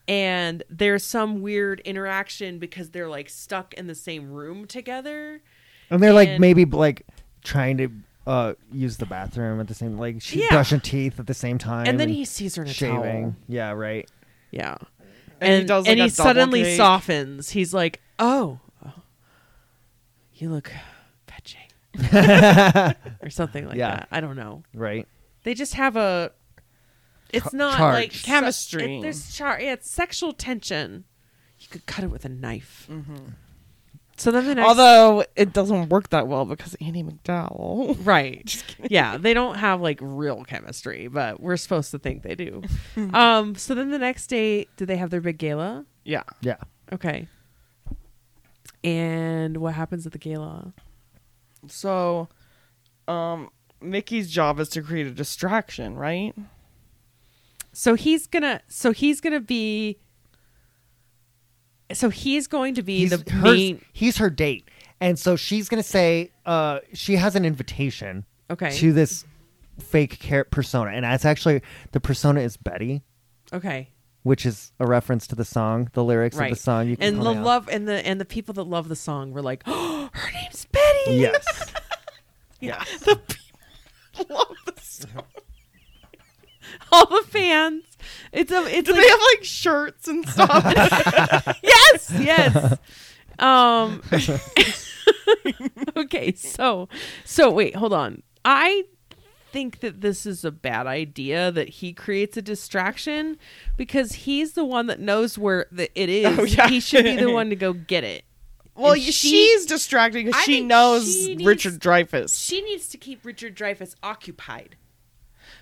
Speaker 1: And there's some weird interaction because they're like stuck in the same room together.
Speaker 3: And they're like
Speaker 1: And-
Speaker 3: maybe like trying to uh use the bathroom at the same like she
Speaker 1: Yeah.
Speaker 3: brushing teeth at the same time.
Speaker 1: And then he sees her in a
Speaker 3: shaving.
Speaker 1: towel.
Speaker 3: Yeah, right.
Speaker 1: Yeah.
Speaker 2: And he does, like,
Speaker 1: and
Speaker 2: a
Speaker 1: he
Speaker 2: double
Speaker 1: suddenly
Speaker 2: take.
Speaker 1: softens. He's like, "Oh, oh, you look fetching," or something like
Speaker 3: Yeah.
Speaker 1: that. I don't know.
Speaker 3: Right.
Speaker 1: They just have a. It's
Speaker 3: Cha-
Speaker 1: not like
Speaker 3: charge.
Speaker 1: se-
Speaker 2: Chemistry.
Speaker 1: it- there's char. Yeah, it's sexual tension. You could cut it with a knife. So then the next.
Speaker 2: Although it doesn't work that well because Andy McDowell.
Speaker 1: Right. Yeah, they don't have like real chemistry, but we're supposed to think they do. um so then the next day, do they have their big gala?
Speaker 2: Yeah.
Speaker 3: Yeah.
Speaker 1: Okay. And what happens at the gala?
Speaker 2: So, um, Mickey's job is to create a distraction, right?
Speaker 1: So he's gonna. So he's gonna be. So he's going to be
Speaker 3: He's
Speaker 1: the
Speaker 3: her,
Speaker 1: main.
Speaker 3: he's her date. And so she's gonna say uh she has an invitation
Speaker 1: Okay.
Speaker 3: to this fake car- persona. And that's actually the persona is Betty,
Speaker 1: Okay.
Speaker 3: which is a reference to the song, the lyrics
Speaker 1: Right.
Speaker 3: of the song. You can
Speaker 1: and
Speaker 3: call
Speaker 1: the
Speaker 3: me out.
Speaker 1: love and the and the people that love the song were like, oh, her name's Betty.
Speaker 3: Yes.
Speaker 1: Yeah.
Speaker 2: Love this.
Speaker 1: All the fans. It's a. It's
Speaker 2: Do
Speaker 1: like,
Speaker 2: they have like shirts and stuff?
Speaker 1: yes, yes. Um Okay, so so wait, hold on. I think that this is a bad idea that he creates a distraction because he's the one that knows where the, it is.
Speaker 2: Oh, yeah.
Speaker 1: He should be the one to go get it.
Speaker 2: well,
Speaker 1: And
Speaker 2: y-
Speaker 1: she-
Speaker 2: she's distracting because
Speaker 1: I
Speaker 2: she
Speaker 1: think
Speaker 2: knows
Speaker 1: she needs-
Speaker 2: Richard Dreyfuss.
Speaker 1: She needs to keep Richard Dreyfus occupied.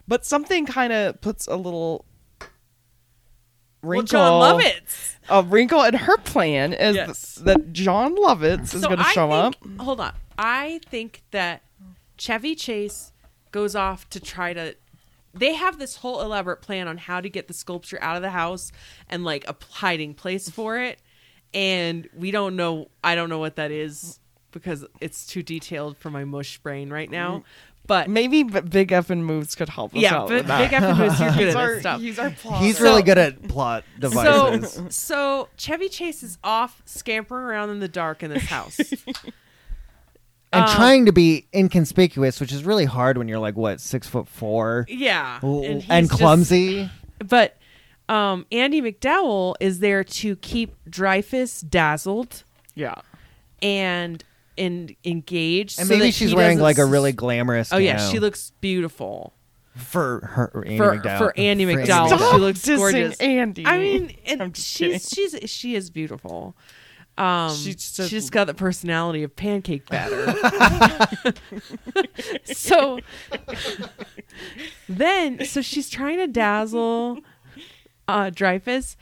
Speaker 2: but something kind of puts a little
Speaker 1: Well,
Speaker 2: wrinkle
Speaker 1: John Lovitz.
Speaker 2: a wrinkle in her plan is
Speaker 1: Yes.
Speaker 2: that John Lovitz is
Speaker 1: So
Speaker 2: going to
Speaker 1: I
Speaker 2: show up.
Speaker 1: think- Hold on. I think that Chevy Chase goes off to try to. They have this whole elaborate plan on how to get the sculpture out of the house and like a hiding place for it. And we don't know. I don't know what that is because it's too detailed for my mush brain right now. But
Speaker 2: Mm. Maybe B- Big F and Moves could help us
Speaker 1: yeah,
Speaker 2: out.
Speaker 1: but
Speaker 2: with that.
Speaker 1: Big F Moose, you're good at
Speaker 2: he's,
Speaker 1: this
Speaker 2: our,
Speaker 1: stuff.
Speaker 2: he's our plot.
Speaker 3: He's really good at plot devices.
Speaker 1: So, uh, so Chevy Chase is off scampering around in the dark in this house.
Speaker 3: and
Speaker 1: Um,
Speaker 3: trying to be inconspicuous, which is really hard when you're like what six foot four
Speaker 1: Yeah,
Speaker 3: and,
Speaker 1: he's just-
Speaker 3: clumsy.
Speaker 1: But um, Andy McDowell is there to keep Dreyfus dazzled
Speaker 2: Yeah.
Speaker 1: and and engaged.
Speaker 3: and
Speaker 1: so
Speaker 3: maybe
Speaker 1: that
Speaker 3: she's
Speaker 1: he
Speaker 3: wearing
Speaker 1: doesn't
Speaker 3: like a
Speaker 1: s-
Speaker 3: really glamorous.
Speaker 1: Oh yeah,
Speaker 3: gown.
Speaker 1: she looks beautiful
Speaker 3: for her or Andy
Speaker 1: for
Speaker 3: McDowell.
Speaker 1: for Andy
Speaker 3: For
Speaker 1: McDowell.
Speaker 2: McDowell.
Speaker 1: She looks
Speaker 2: Stop
Speaker 1: gorgeous.
Speaker 2: dissing Andy.
Speaker 1: I mean,
Speaker 2: I'm
Speaker 1: and
Speaker 2: just
Speaker 1: she's she's she is beautiful. Um,
Speaker 2: She
Speaker 1: she
Speaker 2: just doesn't-
Speaker 1: just, got the personality of pancake batter. so then, so she's trying to dazzle uh, Dreyfus,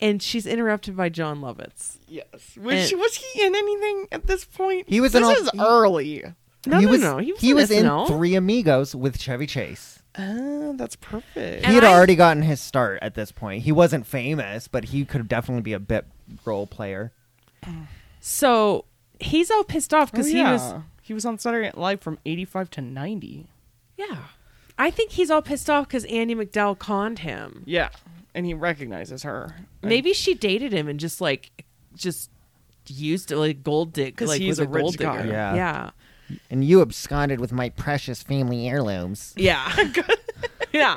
Speaker 1: and she's interrupted by John Lovitz.
Speaker 2: Yes. Was,
Speaker 1: And-
Speaker 2: she, was he in anything at this point?
Speaker 3: He was
Speaker 2: This
Speaker 3: in all-
Speaker 2: is
Speaker 3: he-
Speaker 2: early.
Speaker 1: No,
Speaker 3: he
Speaker 1: no,
Speaker 3: was,
Speaker 1: no. He was,
Speaker 3: he
Speaker 1: on
Speaker 3: was in
Speaker 1: SNL.
Speaker 3: Three Amigos with Chevy Chase.
Speaker 2: Oh, that's perfect.
Speaker 1: And
Speaker 3: he had
Speaker 1: I-
Speaker 3: already gotten his start at this point. He wasn't famous, but he could definitely be a bit role player.
Speaker 1: So he's all pissed off because he was
Speaker 2: Oh, he was on Saturday Night Live from eighty five to ninety.
Speaker 1: Yeah. I think he's all pissed off because Andy McDowell conned him.
Speaker 2: Yeah, and he recognizes her.
Speaker 1: Maybe she dated him and just like, just used to like gold dig
Speaker 2: 'Cause
Speaker 1: like
Speaker 2: he's
Speaker 1: was
Speaker 2: a rich
Speaker 1: gold
Speaker 2: guy.
Speaker 1: digger.
Speaker 3: Yeah.
Speaker 1: yeah,
Speaker 3: And you absconded with my precious family heirlooms.
Speaker 1: yeah, good. yeah.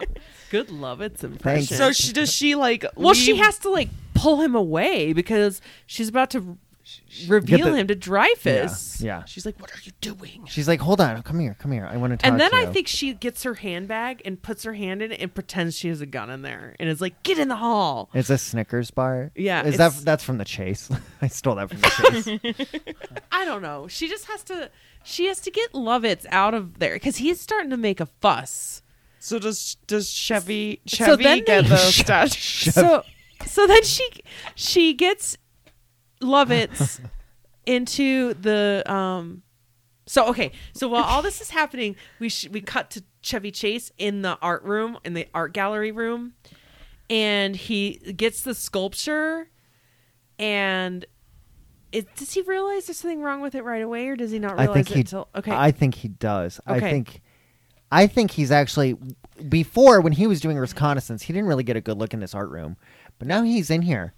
Speaker 1: Good love its impression.
Speaker 3: Thanks.
Speaker 2: So she does she like?
Speaker 1: well, she
Speaker 2: leave-
Speaker 1: has to like pull him away because she's about to reveal
Speaker 3: the-
Speaker 1: him to Dreyfus.
Speaker 3: Yeah, yeah.
Speaker 1: She's like, "What are you doing?"
Speaker 3: She's like, hold on, come here, come here. I want to talk.
Speaker 1: And then
Speaker 3: to
Speaker 1: I
Speaker 3: you."
Speaker 1: think she gets her handbag and puts her hand in it and pretends she has a gun in there and is like, "Get in the hall."
Speaker 3: it's a Snickers bar.
Speaker 1: Yeah,
Speaker 3: is that
Speaker 1: it's-
Speaker 3: that's from the Chase? I stole that from the Chase.
Speaker 1: I don't know. She just has to. She has to get Lovitz out of there because he's starting to make a fuss.
Speaker 2: So does does Chevy
Speaker 1: So
Speaker 2: Chevy
Speaker 1: then
Speaker 2: get
Speaker 1: they-
Speaker 2: the stash?
Speaker 1: So, so then she she gets Lovitz into the um. So okay, so while all this is happening, we sh- we cut to Chevy Chase in the art room in the art gallery room, and he gets the sculpture, and. It, does he realize there's something wrong with it right away, or does he not
Speaker 3: I
Speaker 1: realize
Speaker 3: think
Speaker 1: it
Speaker 3: he.
Speaker 1: until okay?
Speaker 3: I think he does. I
Speaker 1: Okay.
Speaker 3: think, I think he's actually before when he was doing reconnaissance, he didn't really get a good look in this art room, but now he's in here,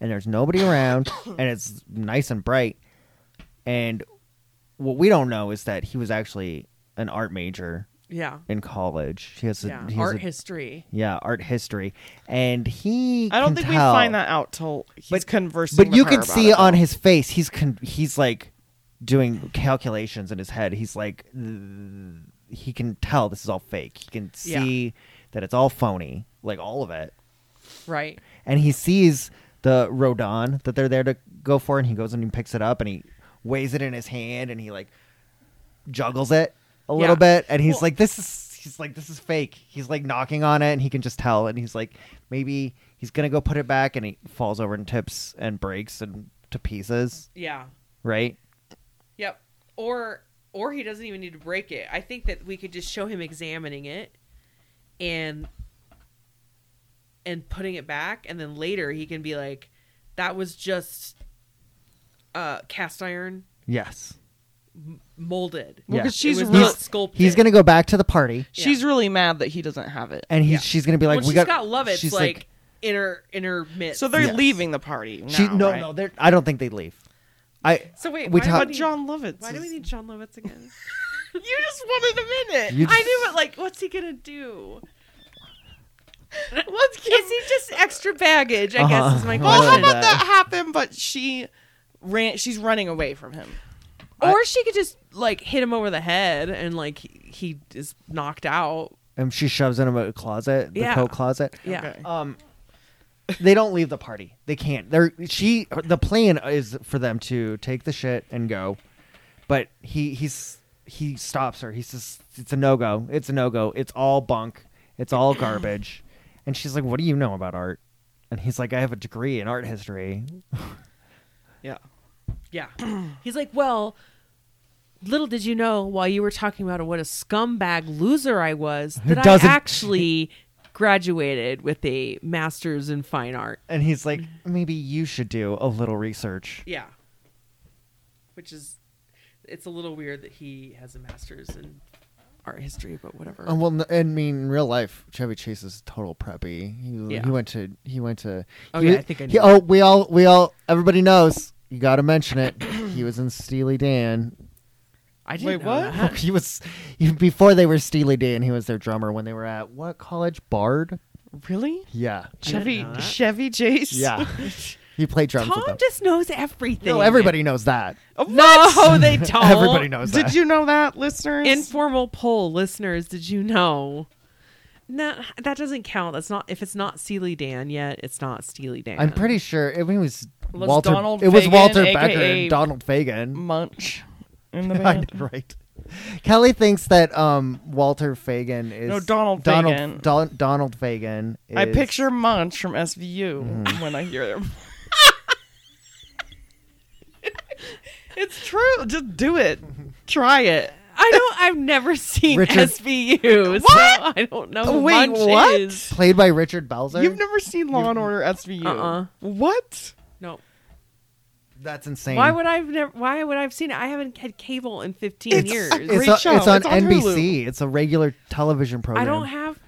Speaker 3: and there's nobody around, and it's nice and bright, and what we don't know is that he was actually an art major
Speaker 1: yeah,
Speaker 3: in college. He has a,
Speaker 1: yeah.
Speaker 3: he has
Speaker 1: Art
Speaker 3: a-
Speaker 1: history.
Speaker 3: yeah, art history, and he.
Speaker 2: I don't
Speaker 3: can
Speaker 2: think
Speaker 3: tell-
Speaker 2: we find that out till he's
Speaker 3: But-
Speaker 2: conversing.
Speaker 3: But
Speaker 2: with
Speaker 3: you
Speaker 2: her
Speaker 3: can
Speaker 2: about
Speaker 3: see
Speaker 2: it,
Speaker 3: on
Speaker 2: though.
Speaker 3: his face, he's con- he's like doing calculations in his head. He's like, "Th- he can tell this is all fake. He can
Speaker 1: Yeah.
Speaker 3: see that it's all phony, like all of it.
Speaker 1: Right.
Speaker 3: And he sees the Rodon that they're there to go for, and he goes and he picks it up and he weighs it in his hand and he like juggles it a little
Speaker 1: Yeah.
Speaker 3: bit, and he's
Speaker 1: Well-
Speaker 3: like, this is. He's like, this is fake. He's like knocking on it, and he can just tell. And he's like, maybe he's gonna go put it back, and he falls over and tips and breaks and to pieces
Speaker 1: Yeah.
Speaker 3: right?
Speaker 1: Yep. Or or he doesn't even need to break it. I think that we could just show him examining it and and putting it back and then later he can be like that was just uh cast iron
Speaker 3: Yes.
Speaker 1: molded.
Speaker 2: Well,
Speaker 3: Yeah.
Speaker 2: 'cause
Speaker 1: She's
Speaker 2: she's
Speaker 1: it was
Speaker 2: real-
Speaker 1: not sculpted.
Speaker 3: He's gonna go back to the party,
Speaker 2: she's really mad that he doesn't have it.
Speaker 3: and he's
Speaker 1: Yeah.
Speaker 3: she's gonna be like,
Speaker 1: well,
Speaker 3: "We
Speaker 1: she's got,
Speaker 3: got,
Speaker 1: Lovitz
Speaker 3: she's
Speaker 1: like, in her in her midst.
Speaker 2: So they're
Speaker 3: Yes.
Speaker 2: leaving the party. Now,
Speaker 3: she no
Speaker 2: right?
Speaker 3: no. They're, I don't think they leave. I
Speaker 1: So wait,
Speaker 3: we
Speaker 1: why
Speaker 3: talk-
Speaker 1: would
Speaker 2: But
Speaker 1: he-
Speaker 2: John Lovitz.
Speaker 1: why do we
Speaker 2: is-
Speaker 1: need John Lovitz again?
Speaker 2: You just wanted a minute.
Speaker 3: You-
Speaker 1: I knew it like what's he gonna do?
Speaker 2: Let's keep.
Speaker 1: Is he just extra baggage? I guess is my
Speaker 3: Uh-huh.
Speaker 1: question.
Speaker 2: well, how about
Speaker 3: Uh,
Speaker 2: that happen? But she ran. She's running away from him.
Speaker 1: Or she could just like hit him over the head and like he, he is knocked out.
Speaker 3: and she shoves in a closet, the
Speaker 1: Yeah.
Speaker 3: coat closet.
Speaker 1: Yeah.
Speaker 2: Okay.
Speaker 3: Um, they don't leave the party. They can't. They're she. The plan is for them to take the shit and go, but he he's he stops her. He says, "It's a no go. It's a no go. It's all bunk. It's all garbage." And she's like, "What do you know about art?" And he's like, "I have a degree in art history."
Speaker 2: Yeah.
Speaker 1: Yeah. He's like, well, little did you know while you were talking about what a scumbag loser I was that I
Speaker 3: doesn't-
Speaker 1: actually graduated with a master's in fine art.
Speaker 3: And he's like, maybe you should do a little research.
Speaker 1: Yeah. Which is, it's a little weird that he has a master's in art history, but whatever.
Speaker 3: Um,
Speaker 5: Uh, well, n- I mean, in real life, Chevy Chase is total preppy. He,
Speaker 1: Yeah.
Speaker 5: he went to he went to.
Speaker 1: Oh,
Speaker 5: he-
Speaker 1: yeah, I think I
Speaker 5: he-
Speaker 1: knew
Speaker 5: oh, we all we all everybody knows. You got to mention it. he was in Steely Dan.
Speaker 1: I didn't
Speaker 2: Wait,
Speaker 1: know
Speaker 2: what?
Speaker 1: that.
Speaker 5: He was he- before they were Steely Dan. He was their drummer when they were at what college? Bard.
Speaker 2: Really?
Speaker 5: Yeah,
Speaker 2: Chevy
Speaker 1: know that.
Speaker 2: Chevy Chase.
Speaker 5: yeah. he played drums with
Speaker 1: Tom
Speaker 5: them.
Speaker 1: just knows everything.
Speaker 5: no, everybody knows that.
Speaker 2: Oh, what?
Speaker 1: No, they don't.
Speaker 5: Everybody knows that.
Speaker 2: Oh, Did you know that, listeners?
Speaker 1: Informal poll, listeners, did you know? No, that doesn't count. That's not if it's not Steely Dan yet. It's not Steely Dan.
Speaker 3: I'm pretty sure it was
Speaker 2: Was
Speaker 3: Walter.
Speaker 2: Donald
Speaker 3: it was
Speaker 2: Fagen,
Speaker 3: Walter
Speaker 2: aka
Speaker 3: Becker and Donald Fagan.
Speaker 2: Munch in the
Speaker 3: I know,
Speaker 2: band.
Speaker 3: right. Kelly thinks that um, Walter Fagan is
Speaker 2: No, Donald
Speaker 3: Donald
Speaker 2: Fagen.
Speaker 3: Don- Donald Fagan. Is,
Speaker 2: I picture Munch from SVU when I hear them. it's true. Just do it. Try it.
Speaker 1: I don't. I've never seen
Speaker 3: Richard-
Speaker 1: SVU. So
Speaker 2: What?
Speaker 1: I don't know. Who
Speaker 2: Wait,
Speaker 1: Munch
Speaker 2: what?
Speaker 1: is.
Speaker 3: played by Richard Belzer.
Speaker 2: You've never seen Law and Order SVU.
Speaker 1: Uh-uh.
Speaker 2: What?
Speaker 1: No.
Speaker 3: That's insane.
Speaker 1: Why would I've never? Why would I've seen it? I haven't had cable in fifteen
Speaker 2: It's-
Speaker 1: years.
Speaker 3: it's,
Speaker 2: Great
Speaker 3: on-
Speaker 2: show.
Speaker 3: it's on
Speaker 2: It's on
Speaker 3: NBC. It's a regular television program.
Speaker 1: I don't have.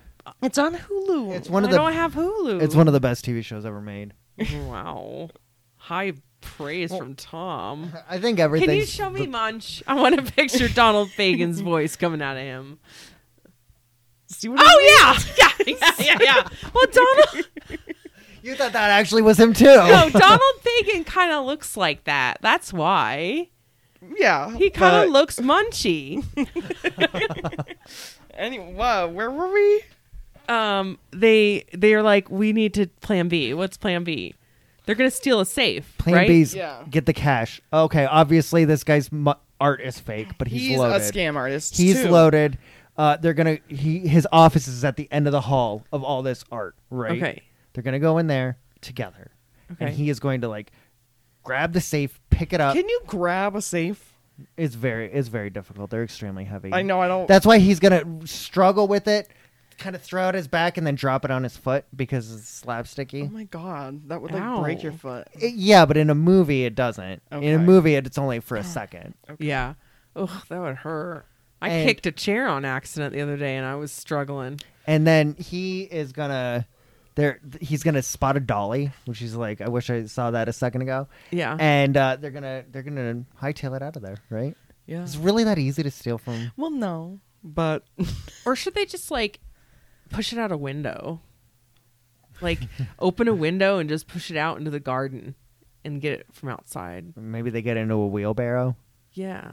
Speaker 2: It's on Hulu.
Speaker 3: It's one of
Speaker 1: I
Speaker 3: the.
Speaker 1: don't have Hulu.
Speaker 3: it's one of the best TV shows ever made.
Speaker 1: Wow. High praise from Tom.
Speaker 3: I think everything.
Speaker 1: Can you show me Munch? I want to picture Donald Fagan's voice coming out of him.
Speaker 2: See what I mean?
Speaker 1: Oh yeah, yeah, yeah, yeah. yeah. Well, Donald,
Speaker 3: You thought that actually was him too.
Speaker 1: No, Donald Fagen kind of looks like that. That's why
Speaker 2: Yeah.
Speaker 1: he kind
Speaker 2: but-
Speaker 1: of looks munchy.
Speaker 2: Any, whoa, where were we?
Speaker 1: Um, they they're like, we need to plan B. What's plan B? They're gonna steal a safe.
Speaker 3: Plan
Speaker 1: right?
Speaker 3: B's
Speaker 2: Yeah.
Speaker 3: get the cash. Okay, obviously this guy's mu- art is fake, but he's,
Speaker 2: He's,
Speaker 3: loaded.
Speaker 2: a scam artist.
Speaker 3: He's
Speaker 2: too.
Speaker 3: loaded. Uh, they're gonna. He his office is at the end of the hall of all this art. Right.
Speaker 1: Okay.
Speaker 3: They're gonna go in there together,
Speaker 1: Okay.
Speaker 3: and he is going to like grab the safe, pick it up.
Speaker 2: Can you grab a safe?
Speaker 3: It's very it's very difficult. They're extremely heavy.
Speaker 2: I know I don't.
Speaker 3: That's why he's gonna struggle with it, kind of throw out his back, and then drop it on his foot because it's slapsticky.
Speaker 2: oh my god, that would like break your
Speaker 1: Ow.
Speaker 2: foot.
Speaker 3: It- yeah, but in a movie it doesn't. In
Speaker 2: Okay.
Speaker 3: a movie it, it's only for a second.
Speaker 1: Yeah. Ugh, that would hurt. I
Speaker 3: And-
Speaker 1: kicked a chair on accident the other day, and I was struggling.
Speaker 3: And then he is gonna there he's gonna spot a dolly, which is like, I wish I saw that a second ago.
Speaker 1: Yeah.
Speaker 3: And uh, they're gonna they're gonna hightail it out of there, right?
Speaker 2: Yeah.
Speaker 3: It's really that easy to steal from
Speaker 2: Well, no, but
Speaker 1: Or should they just like push it out a window? Like open a window and just push it out into the garden and get it from outside.
Speaker 3: maybe they get into a wheelbarrow.
Speaker 1: Yeah.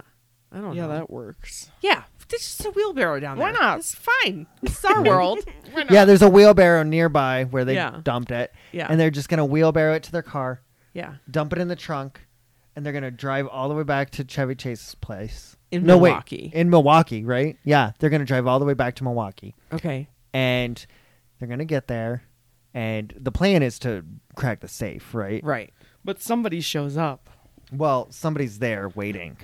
Speaker 1: I don't
Speaker 2: yeah,
Speaker 1: know.
Speaker 2: that works.
Speaker 1: yeah. There's just a wheelbarrow down there.
Speaker 2: Why not?
Speaker 1: It's fine. It's our world.
Speaker 3: Yeah, there's a wheelbarrow nearby where they
Speaker 1: Yeah.
Speaker 3: dumped it.
Speaker 1: Yeah.
Speaker 3: And they're just gonna wheelbarrow it to their car,
Speaker 1: Yeah.
Speaker 3: dump it in the trunk, and they're gonna drive all the way back to Chevy Chase's place.
Speaker 1: In
Speaker 3: no, wait,
Speaker 1: Milwaukee.
Speaker 3: in Milwaukee, right? Yeah. They're gonna drive all the way back to Milwaukee.
Speaker 1: Okay.
Speaker 3: And they're gonna get there. And the plan is to crack the safe, right?
Speaker 1: Right.
Speaker 2: But somebody shows up.
Speaker 3: Well, somebody's there waiting.